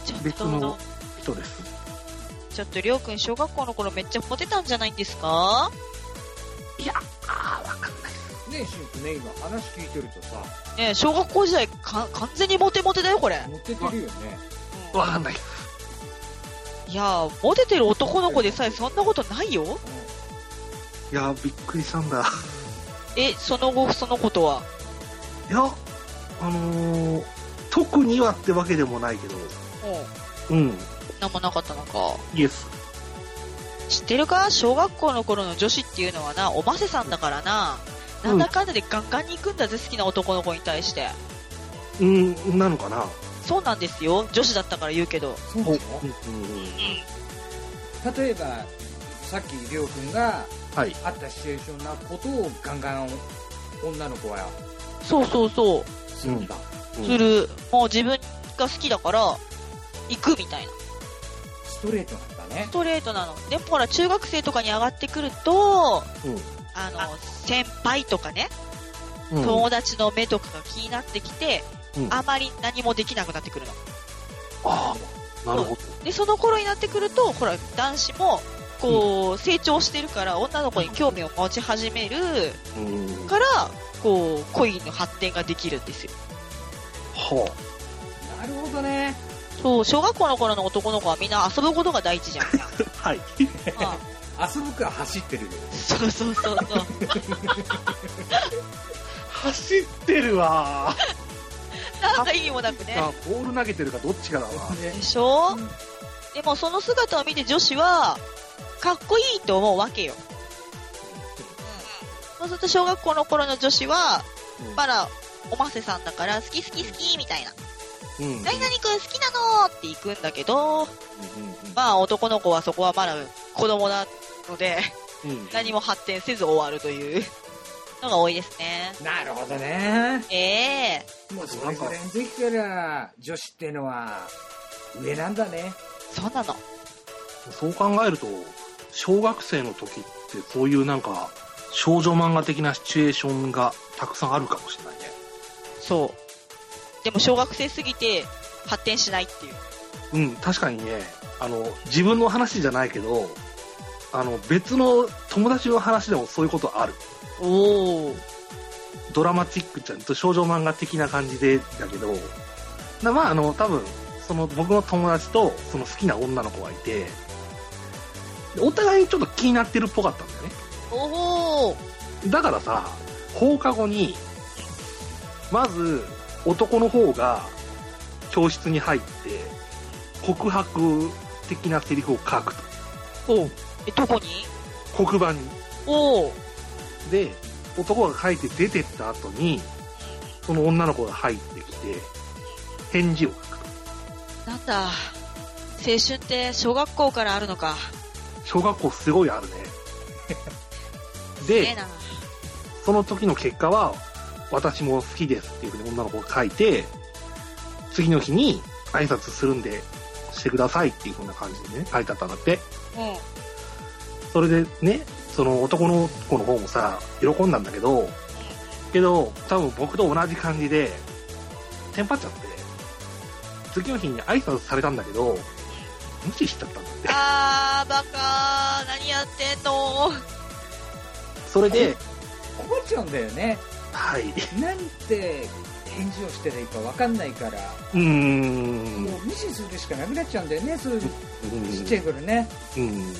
A: ちょっ
B: 別
A: と
B: の、人です。
A: ちょっとりょうくん小学校の頃めっちゃモテたんじゃないんですか
B: いや、あー、わかんない。
C: ねえ、シュンくね、今話聞いてるとさ、
A: ねえ小学校時代か完全にモテモテだよ、これ。
C: 持っててるよね。
A: うん
B: わかんない。
A: いやー、モテてる男の子でさえそんなことないよ。
B: いや、びっくりしたんだ。
A: え、その後、その子とは。
B: いや、あのー、特にはってわけでもないけど、
A: う
B: うん、
A: ん。なんもなかったのか。
B: イエス。
A: 知ってるか小学校の頃の女子っていうのはな、おませさんだからな。なんだかんだでガンガンに行くんだぜ、好きな男の子に対して。
B: うん、なのかな
A: そうなんですよ。女子だったから言うけど。
C: うん。そうな
B: うんうん
C: の例えば、さっきりょうくんが
B: はい。
C: あったシチュエーションなことをガンガン女の子は
A: そうそうそう。
C: するんだ。
A: する、もう自分が好きだから、行くみたいな。
C: ストレートなんだね
A: ス。トレートなの。でもほら、中学生とかに上がってくると、
B: うん
A: あの、先輩とかね、
B: うん
A: 友達の目とかが気になってきて、
B: うん
A: あまり何もできなくなってくるの。
B: ああ、なるほ
A: で、その頃になってくると、ほら、男子も、こう、成長してるから、女の子に興味を持ち始める
B: ど。うん。は
A: から、こう、恋の発展ができるんですよ。
B: あ。
C: なるほどね。
A: そう、小学校の頃の男の子はみんな遊ぶことが第一 じゃん。
B: はい。
A: まあ
C: 遊ぶか走ってるよ。
A: そうそうそうそう。
B: 走ってるわ
A: なんか意味もなくね。
B: あ、ボール投げてるかどっちかだわ。
A: でしょ
C: うん
A: でもその姿を見て女子は、かっこいいと思うわけよ。そうすると小学校の頃の女子は、
B: うん
A: まだおませさんだから、好き好き好きみたいな。
B: うん。うん
A: 何々くん好きなのって行くんだけど、まあ男の子はそこはまだ子供なので、
B: うん
A: 何も発展せず終わるというのが多いですね。
C: なるほどね。
A: ええ
C: もうそれぐらいの時から、女子ってのは、上なんだね。
A: そうなの。
B: そう考えると、小学生の時ってそういうなんか、少女漫画的なシチュエーションがたくさんあるかもしれないね。
A: そう。でも小学生すぎて発展しないっていう。
B: うん、確かにね、あの、自分の話じゃないけど、あの、別の友達の話でもそういうことある。
A: おお。
B: ドラマチックちゃんと少女漫画的な感じでだけど、なまあ、あの、多分、その僕の友達とその好きな女の子がいて、でお互いにちょっと気になってるっぽかったんだよね。
A: おお。
B: だからさ、放課後に、まず男の方が教室に入って、告白的なセリフを書くと。
A: おえ、どこに
B: 黒板に。
A: おお。
B: で、男が書いて出てった後に、その女の子が入ってきて、返事を書くと。
A: なんだ。青春って小学校からあるのか。
B: 小学校すごいあるね。
A: ええ
B: で、
A: な。
B: その時の結果は、私も好きですっていうふうに女の子が書いて、次の日に挨拶するんで、してくださいっていうふうな感じでね、書いてあったんだって。
A: うん。
B: それでね、その男の子の方もさ、喜んだんだけど、けど、多分僕と同じ感じで、テンパっちゃって、次の日に挨拶されたんだけど、無視しちゃったんだって。
A: あー、バカー。何やってんの
B: それで、
C: 困っちゃうんだよね。
B: はい。
C: なんて返事をしてりゃいいか分かんないから、
B: うーん。
C: もう無視するしかなくなっちゃうんだよね、そういう
B: うん
C: ちっちゃい頃ね。
B: うん。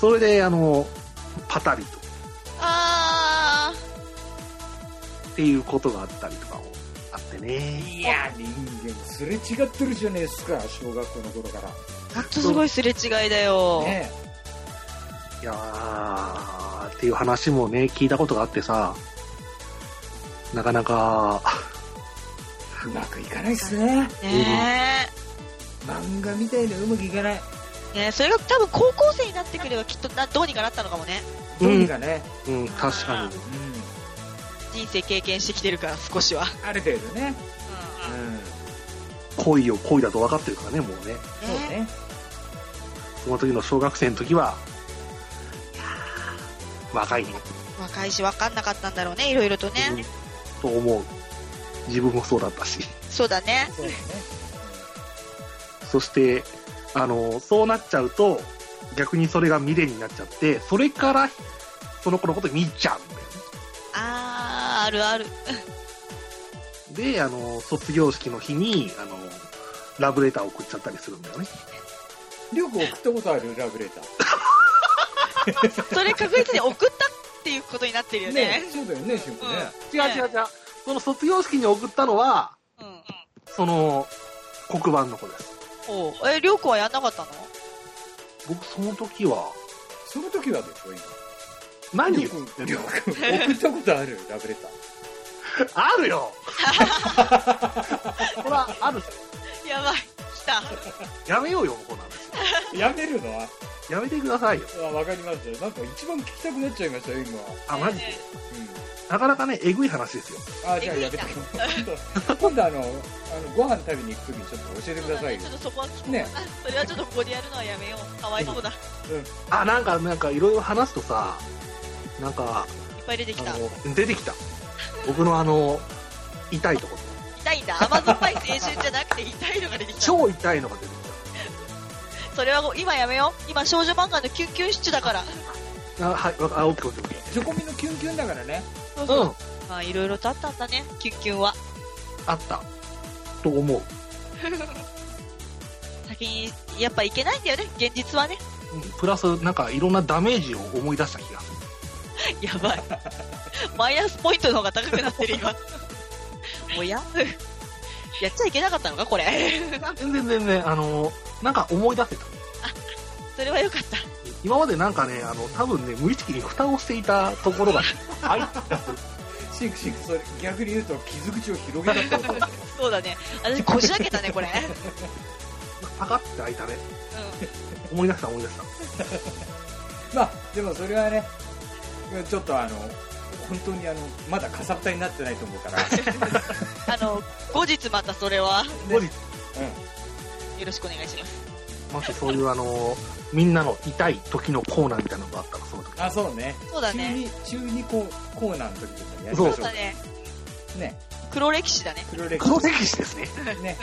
B: それで、あの、パタリと。
A: あ
B: っていうことがあったりとかもあってね。
C: いや、人間すれ違ってるじゃねえっすか、小学校の頃から。
A: ー。ほんとすごいすれ違いだよ。
C: ね
B: いやー、っていう話もね、聞いたことがあってさ、なかなか、
C: うまくいかないっすね。
A: ね
C: 漫画みたいにうまくいかない。
A: え。ねえ、それが多分高校生になってくればきっとなどうにかなったのかもね。
C: どうにかね。
B: うん、確かに。
C: う
A: 人生経験してきてるから少しは。
C: ん。ある程度ね。
A: う
C: うん。
B: 恋を恋だと分かってるからね、もうね。
C: そうね。
B: その時の小学生の時は、いやー、若いね。
A: 若いし分かんなかったんだろうね、いろいろとね。
B: うんと思う。自分もそうだったし。
A: そうだね。
C: そうね。
B: そして、あの、そうなっちゃうと、逆にそれが未練になっちゃって、それから、その子のこと見ちゃうんだよね。
A: あー、あるある。
B: で、あの、卒業式の日に、あの、ラブレターを送っちゃったりするんだよね。
C: りょうくん送ったことあるラブレター。
A: それ確実に送ったっていうことになってるよね。
C: えそうだよね、しゅんくんね。
B: 違う違う違う。その卒業式に送ったのは、
A: うん。
B: その、黒板の子です。
A: おうえ、りょうくんはやんなかったの
B: 僕、その時は、
C: その時はでしょ、今。
B: 何
C: り
B: 言
C: ょう
B: って
C: く
B: んの
C: ん、りょうくん送ったことあるラブレター。
B: ある よほら、ある。
A: やばい。来た。
B: やめようよ、この話。
C: やめるのは
B: やめてくださいよ。
C: あわかりました。なんか一番聞きたくなっちゃいましたよ、今。うん。
B: あ、マジで。なかなかね、えぐい話ですよ。
C: あ、じゃあやめて。今度、 今度あの、あのご飯食べに行くときにちょっと教え
A: そ
C: て
A: う
C: くだ
A: だ
C: さい
A: ね。
C: よ
A: ちょ。っとそこは聞こう。
C: ね
A: それはちょっとここでやるのはやめよう。かわいそうだ。い
B: あ、なんか、なんか、いろいろ話すとさ、なんか、
A: っぱい出てきた
B: あ。の、出てきた。僕のあの、痛いところ。
A: 痛いんだ。甘酸っぱい青春じゃなくて痛いのが出てきた。
B: 超痛いのが出てきた。
A: それはもう今やめよう。今少女漫画のキュンキュンシチュだから。
B: あ、はい、わかあ、オッケーオッケーオッケ
C: チョコミのキュンキュンだからね。
A: そう
B: ー。、
A: そううんまあいろいろとあったんだね、キュンキュンは。
B: あった。と思う。
A: 先に、やっぱいけないんだよね、現実はね。
B: うん、プラス、なんか、いろんなダメージを思い出した気が する。
A: やば い。マイナスポイントの方が高くなってる今。おややっちゃいけなかったのか、これ。
B: 全然全然、あの、なんか思い出せた。
A: それはよかった。
B: 今までなんかね、あの、多分ね、無意識に蓋をしていたところ が、はい、
C: シンクシンクそれ逆に言うと傷口を広げたってことだね
A: そうだね。私、 こじ開けたね、これ。う
B: パカって開いたね。
A: ん。
B: 思い出した思い出した。
C: まあでもそれはねちょっとあの本当にあのまだかさぶたになってないと思うから、
A: あの、後日またそれは、
B: 後日、
A: よろしくお願いします。
B: もしそういうあの、みんなの痛い時のコーナーみたいなのがあったら、その時。
C: あそうね
A: そうだね。
C: 中二中二ココーナーの時とかやりましょう
A: そうだね。
C: ね
A: 黒歴史だね。
C: 黒歴
B: 黒歴史ですね。
C: 史ね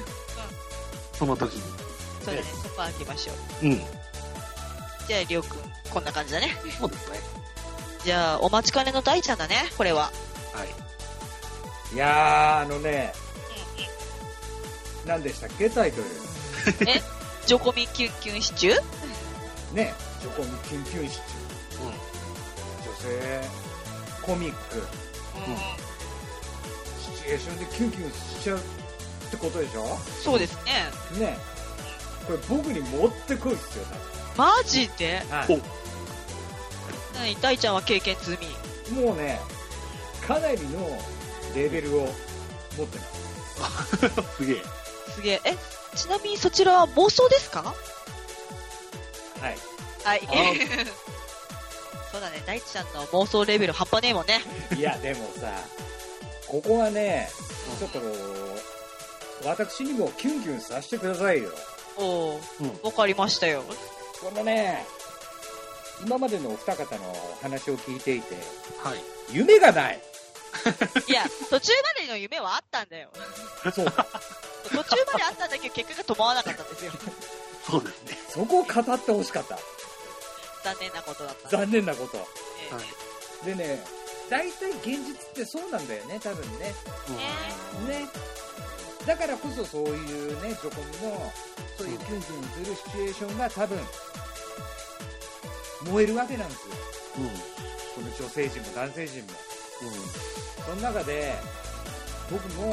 B: その時
A: そうだね。そこ開けましょう。
B: に。うん。
A: じゃあ、りょうくん、こんな感じだね。
B: そうですね。
A: じゃあ、お待ちかねの大ちゃんだね、これは。
B: はい。
C: いやーあのね何でしたっけタイトル
A: ジョコミキュンキュンシチュー
C: ねジョコミ研究室女性コミック
A: う
C: シチュエーションでキュンキュンしちゃうってことでしょ
A: ん。そうですね。
C: ねこれ僕に持ってこいっすよ
A: マジで
C: 多
B: お
C: 分、
A: 何大ちゃんは経験済み。
C: もうねかなりのレベルを持ってます
B: うん。すげえ。
A: すげえ。え、ちなみにそちらは妄想ですか
C: はい
A: はい
C: あ。
A: そうだね、大ちゃんの妄想レベル半端ねえもんね。
C: いや、でもさ、ここはね、ちょっとこう、私にもキュンキュンさせてくださいよ。
A: おお
B: うん、
A: わかりました よ。
C: このね、今までのお二方のお話を聞いていて、
B: はい。
C: 夢がない。
A: いや、途中までの夢はあったんだよ。
C: そう。
A: 途中まであったんだけど、結果が伴わなかったんですよ。
B: そうですね。
C: そこを語ってほしかった。
A: 残念なことだった。
C: 残念なこと。
A: 念
B: はい
C: でね、大体現実ってそうなんだよね、多分ね。
A: う
C: ね。だからこそそういうね、ジョコミの、そういうキュンキュンするシチュエーションが多分、燃えるわけなんですよ。
B: うん。うん。
C: この女性陣も男性陣も。
B: うん。
C: その中で、僕も、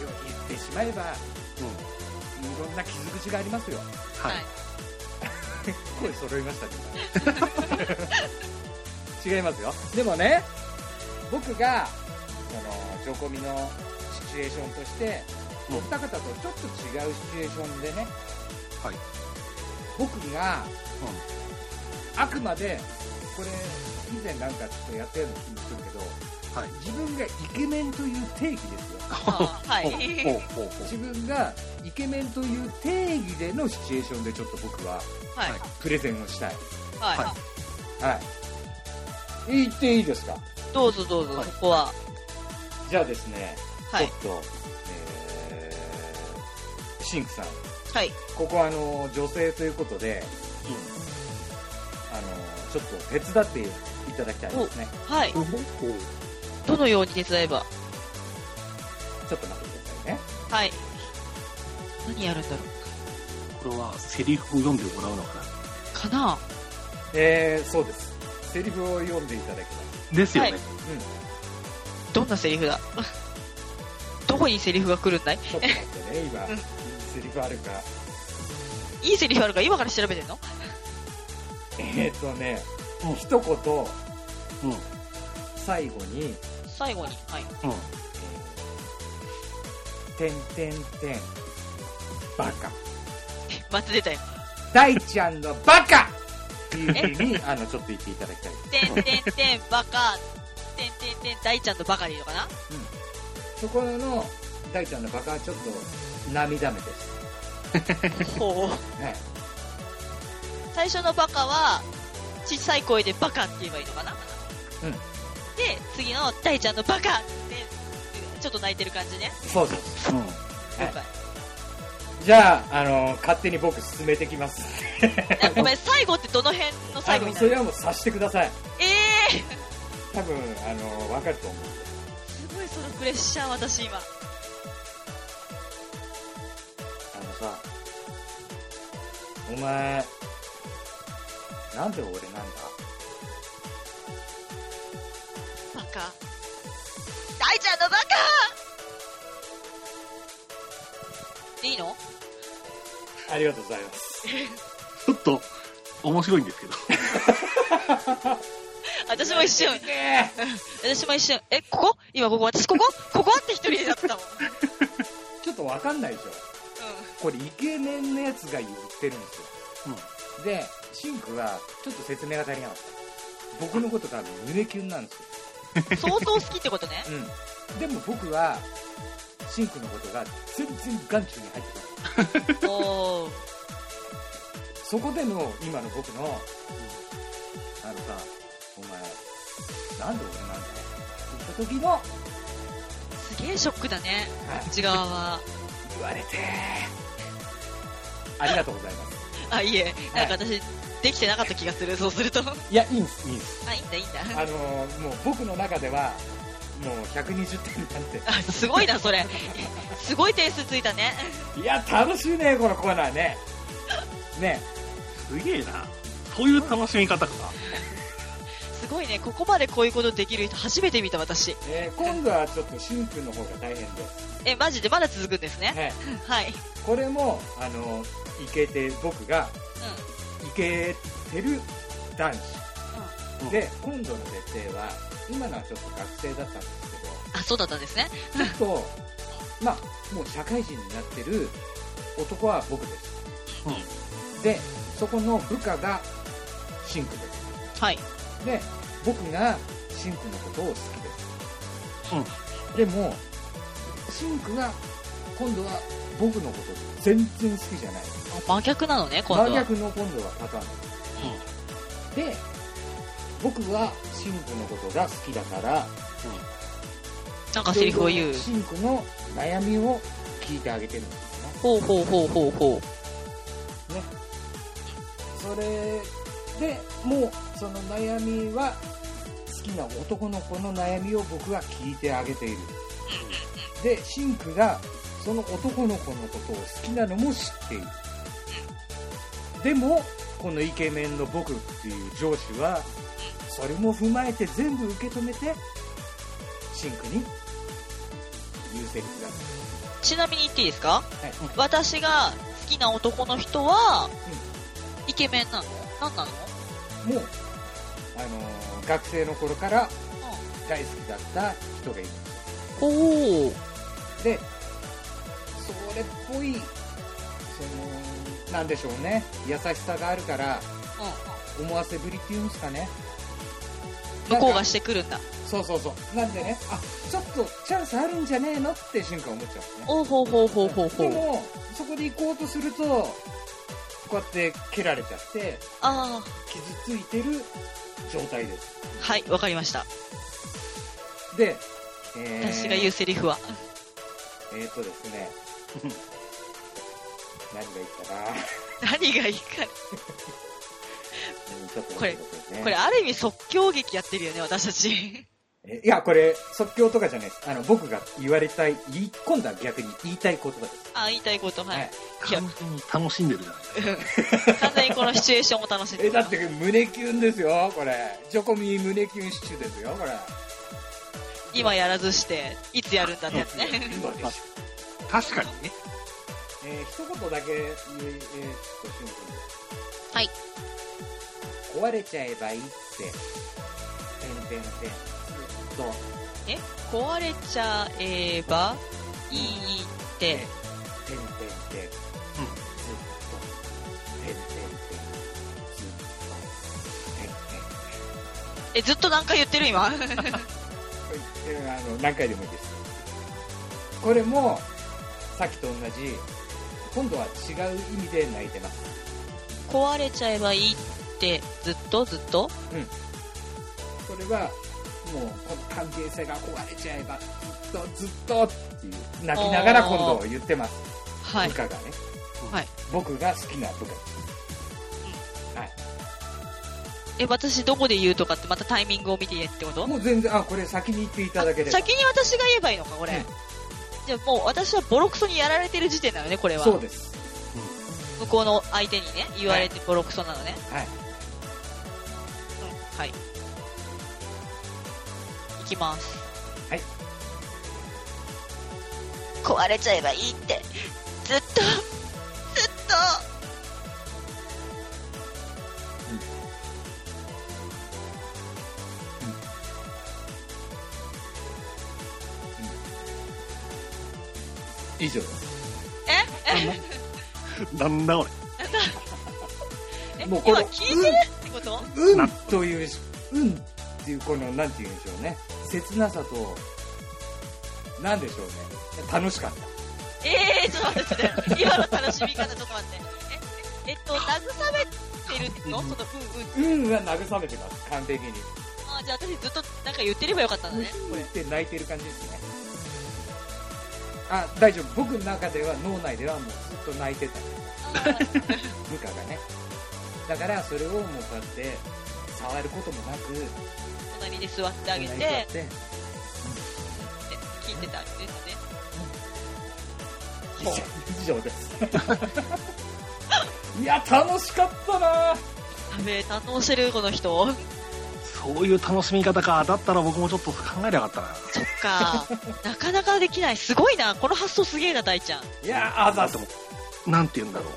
C: 要は言ってしまえば、
B: うん。
C: いろんな傷口がありますよ。
B: は
A: はい
B: い。
C: 声揃いましたね。今 違いますよ。でもね、僕が、その、ジョコミのシチュエーションとして、
B: うん
C: お二方とちょっと違うシチュエーションでね、
B: はい
C: 僕が、あくまで、これ、以前なんかちょっとやったような気もするけど、
B: はい。
C: 自分がイケメンという定義ですよ。
A: あーは
B: ほうほう
A: い。
B: ほうほう
C: 自分がイケメンという定義でのシチュエーションでちょっと僕は
A: はい。
C: プレゼンをしたい。
A: はい。
B: は
C: はい。言っていいですか
A: どうぞどうぞ、
B: はい
A: そこは。
C: じゃあですね、
A: はい。
C: ちょっと、えー、シンクさん、
A: はい。
C: ここはあの、女性ということで、あの、ちょっと手伝っていただきたいですね。
A: はい。
B: ほうほうほう
A: どのように手伝えば。
C: ちょっと待ってくださいね。
A: はい。何やるんだろ
B: これはセリフを読んでもらうのかな
A: う。かな
C: えー、そうです。セリフを読んでいただきます。
B: ですよね。
A: はいどんなセリフだどこにセリフが来るんだい
C: ちょっと待って ね、今、
A: うん
C: セリフあるか。
A: いいセリフあるから今から調べてんの
C: えー、っとね、
B: うん
C: 一言、
B: うん。
C: 最後に、
A: 最後に。はい。
B: うん。
C: てんてんてん、バカ。
A: また出たよ。
C: 大ちゃんのバカっていうふうに、 あの、ちょっと言っていただきたい。
A: てんてんてん、バカ。てんてんてん、大ちゃんとバカでいいのかな
C: そこの、大ちゃんのバカはちょっと、涙目です。
A: ほう。
C: はい。
A: 最初のバカは、小さい声でバカって言えばいいのかな
C: うん
A: で、次の大ちゃんのバカって、ちょっと泣いてる感じね。
C: そうそう。
B: うん。
A: 了
C: はい
A: 解。
C: じゃあ、あの、勝手に僕進めてきます。
A: あごめん、最後ってどの辺の
C: あ
A: 最後
C: の、
A: にな
C: それ
A: る
C: はもう察してください。
A: ええ
C: 多分、あの、わかると思う。
A: ー、すごいそのプレッシャー、私今。
C: あのさ、お前、なんで俺なんだ
A: バカ。大ちゃんのバカでいいの
C: ありがとうございます。
B: ちょっと、面白いんですけど。
A: 私も一瞬、
C: ねえ
A: 私も一瞬、え、ここ今ここ私ここここって一人でだったもん。うん。
C: ちょっとわかんないでしょ。これイケメンのやつが言ってるんですよ。で、シンクはちょっと説明が足りなかった。僕のこと多分胸キュンなんですよ。
A: 相当好きってこと ね。
C: うん、でも僕はシンクのことが全然眼中に入ってない
A: おー。
C: そこでの今の僕の、あのさお前なんで俺なんだって言った時の
A: すげえショックだね。
C: あ
A: 内側は。
C: 言われてありがとうございます
A: あ、いえ、なんか私、できてなかった気がする、そうすると。あ、
C: いやいいんですいいんです
A: いいんだ、いいんだ。
C: あのーもう僕の中ではもう120点なん
A: あ、すごいな、それ。すごい点数ついたね。
C: ていや楽しいねこのコーナー ねね
B: すげえな。そういう楽しみ方か。
A: すごいね、ここまでこういうことできる人初めて見た、私。
C: えー今度はちょっとシンクの方が大変で、
A: え、マジでまだ続くんですね。
C: はい、
A: はい。
C: これもあのイケて僕が
A: う
C: イケてる男子、
B: うん
C: で今度の設定は今のはちょっと学生だったんですけど
A: ん。あ、そうだったんですね。
C: ちょっとまあもう社会人になってる男は僕です、でそこの部下がシンクです
A: はい。
C: で僕がシンクのことを好きです、でもシンクが今度は僕のこと全然好きじゃない
A: あ真逆なのね、今
C: 真
A: 度は。
C: 逆の今度はパターンで僕はシンクのことが好きだから
A: なんかセリフを言う。
C: シンクの悩みを聞いてあげてるんですよね
A: ほうほうほうほうほ
C: それでもうその悩みは好きな男の子の悩みを僕は聞いてあげているでシンクがその男の子のことを好きなのも知っているでもこのイケメンの僕っていう上司はそれも踏まえて全部受け止めてシンクに言うセリフが
A: う。ちなみに言っていいですか
C: はい
A: 私が好きな男の人は、イケメンなの何なの
C: もう、あのー学生の頃から大好きだった人がいる
A: ほう。
C: でそれっぽいそのなんでしょうね優しさがあるから思わせぶりっていうんですかね
A: 向こう
C: なん
A: が
C: か
A: してくるんだ。
C: そうそうそうなんでねあちょっとチャンスあるんじゃねえのって瞬間思っちゃうん
A: おうほうほうほうほう
C: です
A: ほ
C: ねで
A: う。
C: もそこで行こうとするとこうやって蹴られちゃって
A: あ
C: 傷ついてる状態です
A: あ、はい、わかりました。
C: で、えー
A: 私が言うセリフは。
C: えーとですね、 何がいいかな、
A: 何がいいか。
C: うんちょっと
A: これ
C: 待ってくださいね
A: これ、ある意味即興劇やってるよね、私た ち。
C: えいや、これ、即興とかじゃないです。あの、僕が言われたい、言い、今度は逆に言いたい言葉です。
A: あ、言いたいこと、はい。いや
B: 完全に楽しんでるじゃないですか。
A: うん完全にこのシチュエーションも楽しんで
C: え、
A: る
C: だって胸キュンですよ、これ。ジョコミ胸キュンシチューですよ、これ。
A: 今やらずして、いつやるんだってやつね。
C: 今でしょ。
B: 確かにね。
C: えー一言だけ言う、えー、ちょっとシンプル
A: はい。
C: 壊れちゃえばいいって、てんてんてん、ずっと。
A: え壊れちゃえばいいって。
C: てんてんてん、ずっと、てんてんてん、ずっと、
A: え、ずっとなんか言ってる今。
C: てんてんてん。あの、何回でもいいです。これも、さっきと同じ、今度は違う意味で泣いてます。
A: 壊れちゃえばいいって、ずっとずっと
C: これは、もう、この関係性が壊れちゃえば、ずっと、ずっとっていう、泣きながら今度言ってます。
A: はい
C: 部。下がね。
A: はい
C: 僕が好きな部下。
A: え、私どこで言うとかってまたタイミングを見て言えってこと
C: もう全然、あ、これ先に言っていただければ。
A: 先に私が言えばいいのか、これ。
C: うん
A: じゃあもう私はボロクソにやられてる時点なのね、これは。
C: そうです。
A: 向こうの相手にね、言われてボロクソなのね。
C: はい。
A: はい。いきます。
C: はい。
A: 壊れちゃえばいいって、ずっと、ずっと、
C: 以上
B: なん だ俺。
A: え、
C: も
A: 今
C: うこれ
A: 聞いてるってこと
C: うんというしうんっていうこのなんて言うんでしょうね切なさとなんでしょうね楽しかった
A: えー、ちょっと待って、ちょっと待って今の楽しみ方ちょっと待って。え、えっと、慰めてるってのその、うんうん。
C: うんは慰めてます完璧に
A: あ、じゃあ私ずっとなんか言ってればよかったんだね。
C: これって泣いてる感じですねあ大丈夫僕の中では脳内ではもうずっと泣いてた
A: あー
C: 部下がねだからそれをもうこうやって触ることもなく
A: 隣に座ってあげて、
C: こん
A: っ
C: な
A: て
C: に座って
A: 聞いてたんですね。
C: 以上以上です いや楽しかったな
A: やべえ、堪能してる、この人。
B: そういう楽しみ方か。だったら僕もちょっと考えなかったな。
A: そっか。なかなかできない。すごいな。この発想すげえな、大ちゃん。
C: いやあざ
B: あ
C: と
B: とも、なんて言うんだろう。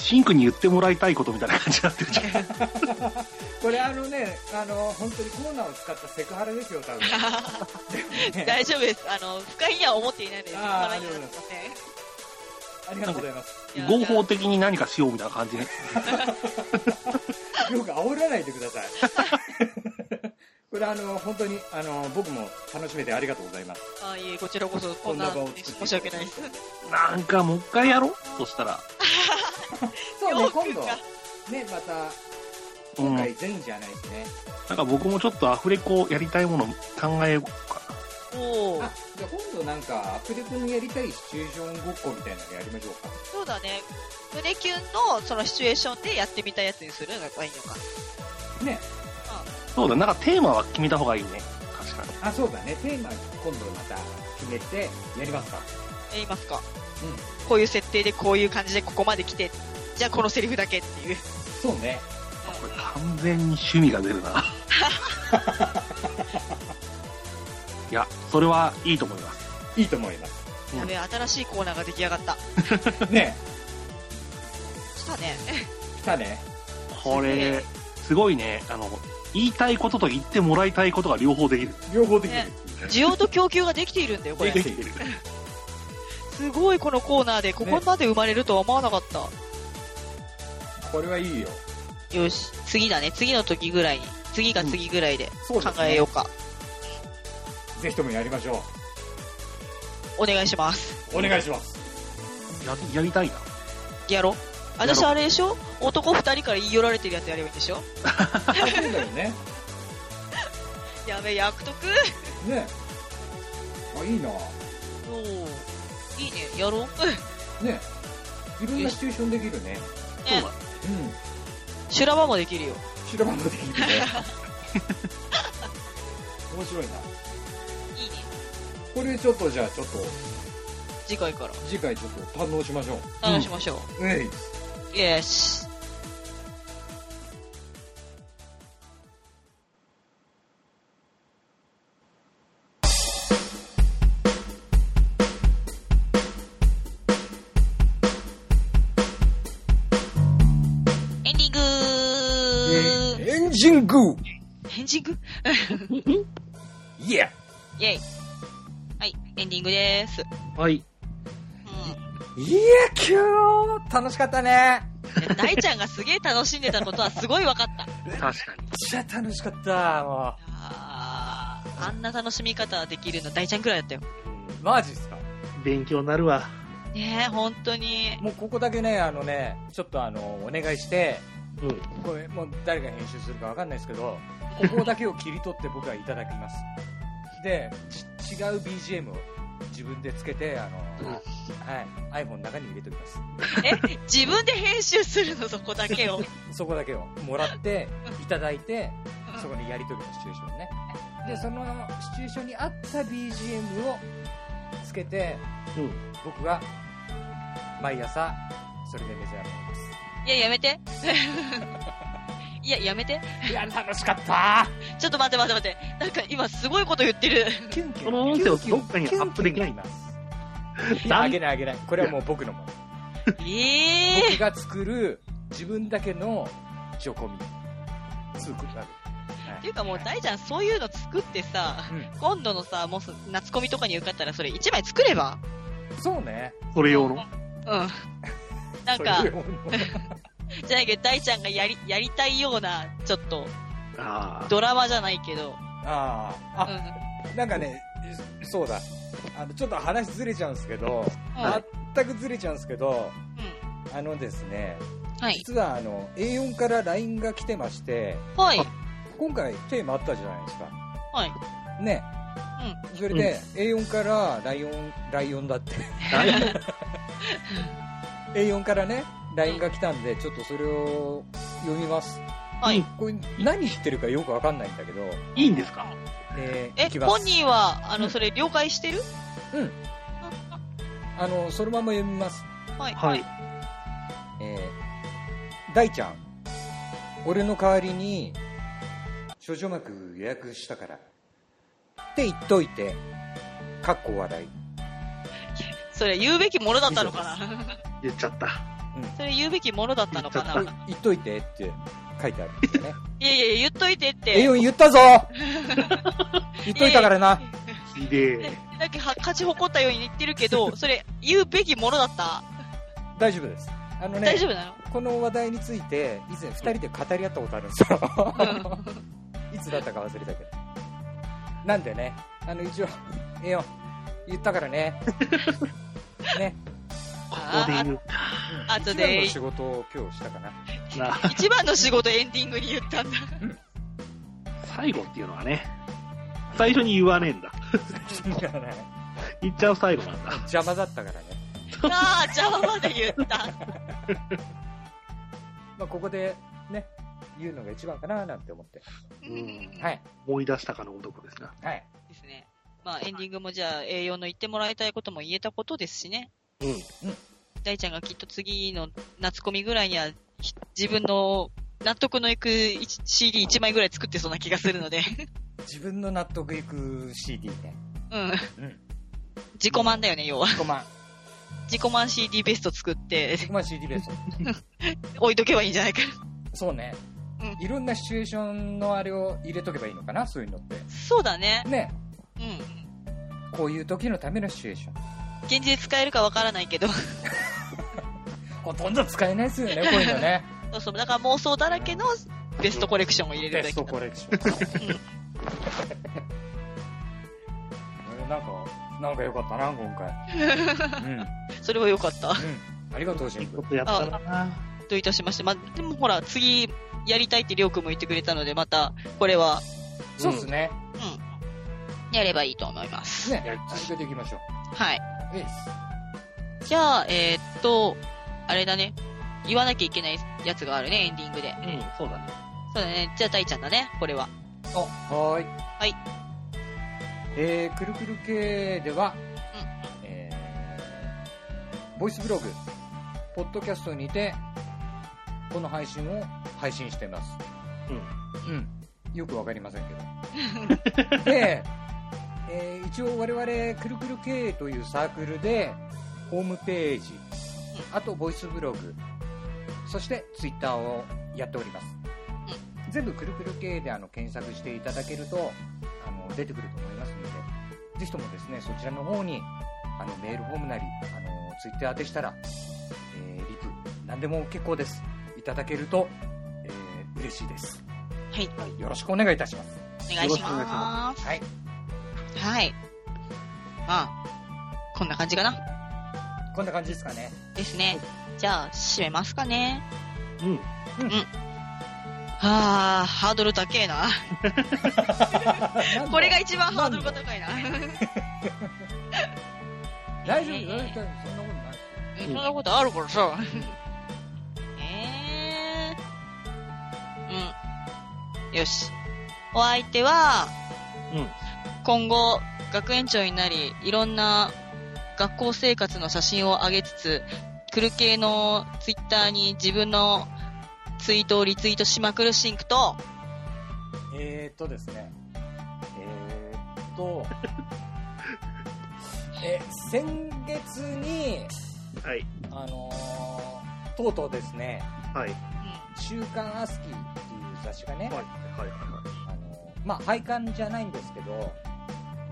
B: シンクに言ってもらいたいことみたいな感じになってるじゃん。
C: これあのねあの本当にコーナーを使ったセクハラですよ多 分
A: 大丈夫です。あの、不快には思っていないので、
C: あー
A: 腹にはなってま
C: ありがとうございます
A: せん
B: 合法的に何かしようみたいな感じね。
C: よく煽らないでください これあの本当にあの僕も楽しめてありがとうございます
A: あいえ、こちらこそ、こんな、
C: こんな場を作って
A: 申し訳ないです。
B: なんかもう一回やろうそしたら。
C: そうね
A: よく
C: 今度
A: が
C: ねまた
B: うん。
C: 今
B: な
C: 回前じゃないですね、
B: んか僕もちょっとアフレコやりたいもの考えようか
A: おー
C: あじゃあ今度なんかアプリ君やりたいシチュエーションごっこみたいなのやりましょうか
A: そうだね。胸キュンの、そのシチュエーションでやってみたいやつにするのがいいのか。
C: ね
B: な。そうだ、なんかテーマは決めた方がいいね。確かに。
C: あそうだねテーマ今度また決めてやりますか
A: え、いますか。
C: う
A: こういう設定で、こういう感じで、ここまで来て、じゃあこのセリフだけっていう。
C: そうね
B: これ完全に趣味が出る な。いや、それはいいと思います。
C: いいと思います
A: やべえ、新しいコーナーが出来上がった。
C: ね
A: 来たね。
C: 来たね
B: これ、すごいね、あの、言いたいことと言ってもらいたいことが両方できる。
C: 両方できる、
A: ね 需要と供給ができているんだよ、これ
C: で。き
B: できる。
A: すごい、このコーナーで、ここまで生まれるとは思わなかった。
C: これはいいよ
A: よし、次だね。次の時ぐらいに。次が次ぐらいで
C: そう
A: 考
C: ですね
A: えようか。
C: ぜひともやりましょ
A: お願いします。
C: うお願いします
B: ややりたいな。
A: やろう。
B: やろう
A: 私あれでしょ男二人から言い寄られてるやつやればいいんでしょ
C: そうだよね
A: やべえ、約得
C: ねあいいな
A: おおいいね、やろう。うん。
C: ねいろんなシチュエーションできるね
B: そうだ
A: ね、。
C: うん
A: 修羅場もできるよ。
C: 白番もでき るね面白いな
A: い
C: い
A: ね。
C: これちょっとじゃあちょっと
A: 次回から。
C: 次回ちょっと堪能しましょ
A: 楽しましょ。
C: うえいう
A: イエス。エンディングー
C: エンジングー
A: エンディング
C: イエ
A: イェイ。はい、エンディングでーす。
B: はい。
A: う
C: イエキュー楽しかったね
A: んい や。大ちゃんがすげえ楽しんでたことはすごい分かった。
B: 確かに。
C: じゃ楽しかったも
A: あーあんな楽しみ方できるの大ちゃんくらいだったよ。
C: うマジっすか
B: 勉強になるわ。
A: ねえ、本当に。
C: もうここだけねあのねちょっとあのお願いして
B: うん。
C: これもう誰が編集するかわかんないですけどここだけを切り取って僕はいただきますでち違う BGM を自分でつけてあの、
B: うん
C: はい、iPhone の中に入れておきます
A: え、自分で編集するの、そこだけを。
C: そこだけをもらっていただいてそこにやり取りのシチュエーションねでそのシチュエーションに合った BGM をつけて
B: うん。
C: 僕は毎朝それで目覚め
A: いや、やめて。 いや、やめて。
C: ますいや楽しかった
A: ちょっと待って待 って待って。なんか今すごいこと言ってる。
C: キュンキュン
B: この音声をどっかにアップできない
C: キュンキュンいやあげないあげないこれはもう僕のもの
A: え
C: 僕
A: え
C: が作る自分だけのチョコミツークになる、は
A: っていうかもう大ちゃんそういうの作ってさ、
C: う
A: 今度のさ、もうす夏コミとかに受かったらそれ1枚作れば
C: そうね
B: それ用の。
A: うん。なんか
C: そ、れを
A: じゃないけど大ちゃんがやり、やりたいような、ちょっと、
B: ああ。
A: ドラマじゃないけど、
C: ああ
A: うん。
C: あ、なんかねそうだあのちょっと話ずれちゃうんですけど、
A: はい
C: 全くずれちゃうんですけど
A: うん
C: あのですね
A: はい。
C: 実はあの A4 から LINE が来てまして
A: はい。
C: 今回テーマあったじゃないですか
A: はい。
C: ねそれで A4 からライオンライオンだって A4 からね LINE が来たんでちょっとそれを読みます
A: はい。
C: これ何言ってるかよくわかんないんだけど、
B: いいんですか
C: えー、い
A: え、
C: きます
A: 本人は、あ
C: う
A: の、
C: ん
A: それ了解してる
C: あのそのまま読みます
A: はい。
B: はい。
C: えー、大ちゃん、俺の代わりに、少女膜予約したから。って言っといて、かっこ笑い。
A: それ言うべきものだったのかな
B: 言っちゃった。
A: それ言うべきものだったのか
B: 言
A: な
B: っち
C: 言っといてって書いてあるんだよね。
A: いやいやいや、言っといてって。
C: A4 言ったぞ言っといたからな。
B: ひでえ。
A: だっけは勝ち誇ったように言ってる けど、それ言うべきものだった、
C: 大丈夫です。あの
A: 大
C: ね、
A: 丈夫なの
C: この話題について、以前二人で語り合ったことあるんですよ。 いつだったか忘れたけど。なんでね、あの、一応、ええよ、言ったか らね。ね。
B: ここで言うか
A: あとで
C: 一番の仕事を今日したかな。
B: な。
A: 一番の仕事エンディングに言 ったんだ。
B: 最後っていうのはね、最初に言わねえんだ。言っちゃう最後なんだ。
C: 邪魔だったからね。
A: ああ、邪魔まで言った。
C: まあ、ここでね、言うのが一番かななんて思って。
B: うん
A: はい。
C: はい。
B: 思い出したかの男ですな。
C: はい。
A: ですね。まあ、エンディングもじゃあ、栄養の言ってもらいたいことも言えたことですしね。
B: うん。
A: 大ちゃんがきっと次の夏コミぐらいには、ひ自分の納得のいく CD1 枚ぐらい作ってそうな気がするので。
C: 自分の納得いく CD ね。
A: うん。
C: うん。
A: 自己満だよね、要は。
C: 5万。
A: 自己満 CD ベスト作って、
C: 5万 CD ベース。
A: 置いとけばいいんじゃないか
C: そうね。
A: う
C: いろんなシチュエーションのあれを入れとけばいいのかな、そういうのって。
A: な。そうだね。
C: ね。
A: うん。
C: こういう時のためのシチュエーション。
A: 現実使えるかわからないけど。
C: ほとんど使えな いですよね、こういうのね。
A: そうそう。だから妄想だらけのベストコレクションを入れる
C: ベ
A: べき
C: スト
A: だ。
C: コレクション。えなんか、なんかよかったな、今回。うん。うん。
A: それは良かった。
C: ありがとう、シ
B: い
C: ン
B: い
C: プ
B: こ
C: ル。
B: とやったな。
A: といたしまして。まあ、でもほら、次、やりたいってりょうくんも言ってくれたので、また、これは、
C: そうですね。
A: うん。やればいいと思います。
C: ね、続けていきましょう。
A: はい。
C: えいっす
A: じゃあ、えーっと、あれだね。言わなきゃいけないやつがあるね、エンディングで。
B: うん、そうだね。
A: そうだね。じゃあ、大ちゃんだね、これは。
C: あ、はーい。
A: はい。
C: えー、くるくる系では、えー、ボイスブログ、ポッドキャストにて、この配信を配信してます。うん。うん。よくわかりませんけど。で、えー一応我々、くるくる系というサークルで、ホームページ、あとボイスブログ、そしてツイッターをやっております。全部くるくる系であの検索していただけるとあの出てくると思いますので、ぜひともですね、そちらの方にあのメールフォームなり、あのツイッターでしたら、えーリプ、何でも結構です。いただけると、えー嬉しいです。
A: はい
C: はい。よろしくお願いいたします。
A: お願いし
B: よろしくお願いし
A: ま。
B: ます
C: はい。
A: はい。まあ、こんな感じかな。
C: こんな感じです かね。
A: ですね。じゃあ、締めますかね。
B: うん。
A: はあ、ハードル高えな。これが一番ハードルが高いな。
C: 大丈夫大丈夫そんなことない。
A: えそんなことあるからさ。えー。うん。よし。お相手は、
B: うん
A: 今後、学園長になり、いろんな学校生活の写真を上げつつ、クル系のツイッターに自分のツイートをリツイートしまくるシンクと、
C: えーっとですね。えーっと、え先月に
B: はい。
C: あのーとうとうですね
B: はい。
C: 「週刊アスキー」っていう雑誌がね、
B: はい。はい。はい。
C: あのーまあ廃刊じゃないんですけど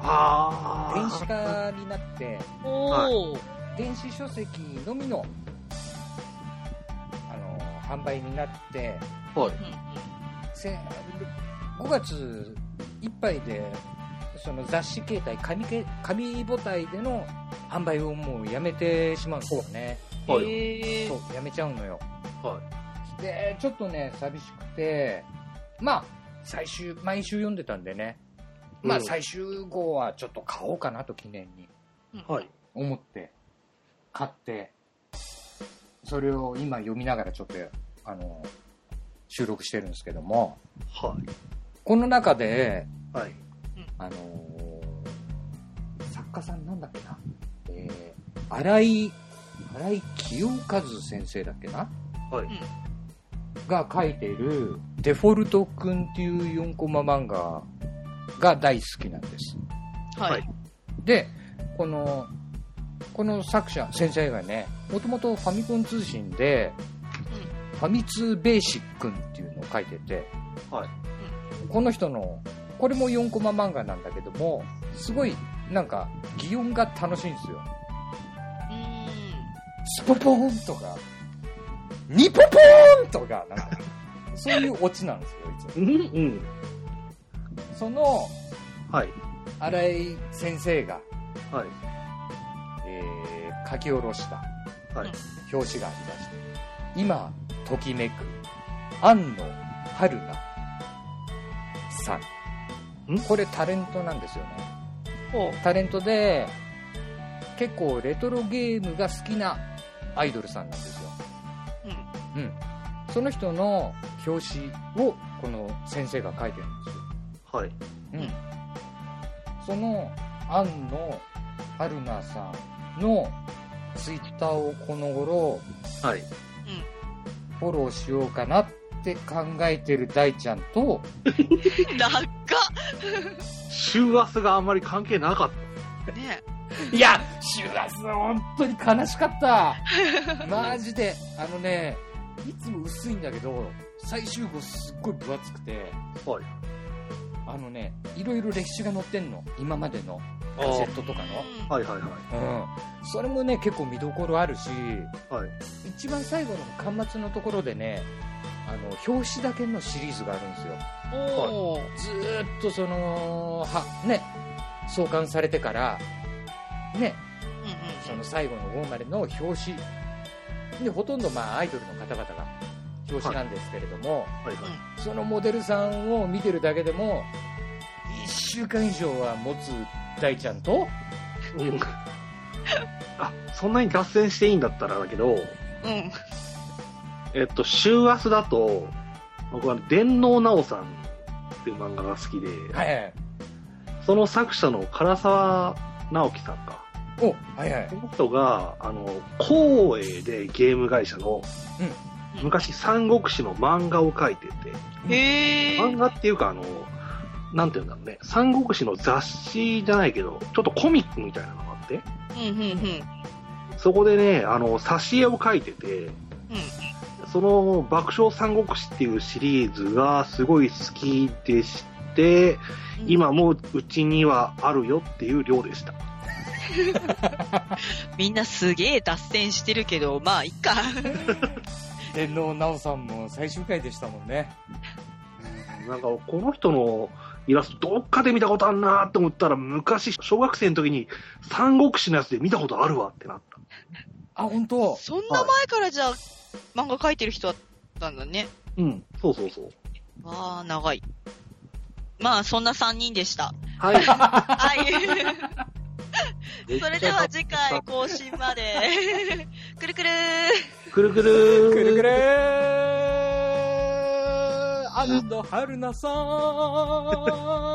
B: あ
C: 電子化になって
A: おー。
C: 電子書籍のみの、あのー販売になって
A: うん
B: はい。
A: うん
C: せ5月いっぱいでその雑誌形態紙け紙母体での販売をもうやめてしまうんですよね
B: はい
A: へー
C: そうやめちゃうのよ
B: は
C: でちょっとね寂しくてまあ最終毎週読んでたんでねまあ
B: うん
C: 最終号はちょっと買おうかなと記念に
A: うん
B: い。はい。
C: 思って買ってそれを今読みながらちょっとあの収録してるんですけども
B: はい。
C: この中で
B: はい。
C: あのー作家さんなんだっけな、えー、荒井、荒井清和先生だっけな
B: はい
C: が書いている、デフォルトくんっていう4コマ漫画が大好きなんです。
A: は
B: はいい。
C: で、この、この作者、先生がね、もともとファミコン通信で、ファミ通ベーシックンっていうのを書いてて、
B: はい
C: この人の、これも4コマ漫画なんだけども、すごい、なんか、擬音が楽しいんですよ。スポポーンとか、ニポポーンとか、なんか、そういうオチなんですよ、いつも。
B: うんうん。
C: その、
B: はい。
C: 荒井先生が、
B: はい。
C: えー書き下ろした
B: はい。
C: 表紙がありまして、今、ときめく、安野春菜さん。
B: ん
C: これタレントなんですよね。
A: ほう
C: タレントで、結構レトロゲームが好きなアイドルさんなんですよ。
A: うん
C: うん。その人の表紙をこの先生が書いてるんですよ。
B: はい。
C: うん。その、安野春菜さんのツイッターをこの頃、
B: はい。
C: フォローしようかなって考えてる大ちゃんと、
A: 長っ
B: 週明日があんまり関係なかった。
A: ね
C: いや、シュラス、本当に悲しか った。マジで。あのね、いつも薄いんだけど、最終号すっごい分厚くて、
B: はい。
C: あのね、いろいろ歴史が載ってんの。今までのカセットとか
A: うん
B: はいはいはい。
C: の。うん。それもね、結構見どころあるし、
B: はい。
C: 一番最後の巻末のところでね、あの、表紙だけのシリーズがあるんですよ。
A: おー
C: ずーっとその、は、ね、創刊されてから、ね、
A: うん
C: その最後の号までの表紙でほとんどまあアイドルの方々が表紙なんですけれども、
B: はいはい。
C: そのモデルさんを見てるだけでも1週間以上は持つ大ちゃんと
B: うん。あ、そんなに脱線していいんだったらだけど、
A: うんうん。うん。
B: えっと、週明日だと、僕は電脳なおさんっていう漫画が好きで、
C: はい
B: その作者の唐沢直樹さんか。
C: おはいはい
B: この人が、あの、光栄でゲーム会社の、
A: うん
B: 昔三国志の漫画を描いてて、
A: へ
B: 漫
A: ー
B: 画っていうか、あの、なんていうんだろうね、三国志の雑誌じゃないけど、ちょっとコミックみたいなのがあって、
A: うんうんうん。
B: そこでね、あの、挿絵を描いてて、その爆笑三国志っていうシリーズがすごい好きでして、
A: うん
B: 今もううちにはあるよっていう量でした。
A: みんなすげえ脱線してるけど、まあ、いっか。
C: 天皇奈緒さんも最終回でしたもんね
B: なんかこの人のイラストどっかで見たことあんなと思ったら昔小学生の時に三国志のやつで見たことあるわってなった。
C: あ本 当
A: そんな前からじゃあ、漫画描いてる人だったんだね。
B: うん、そうそうそう。
A: ああ、長い。まあ、そんな3人で した。
B: はい。
A: はい。 それでは次回更新まで。くるくる
B: くるくるー
C: くるくるー安野春菜さん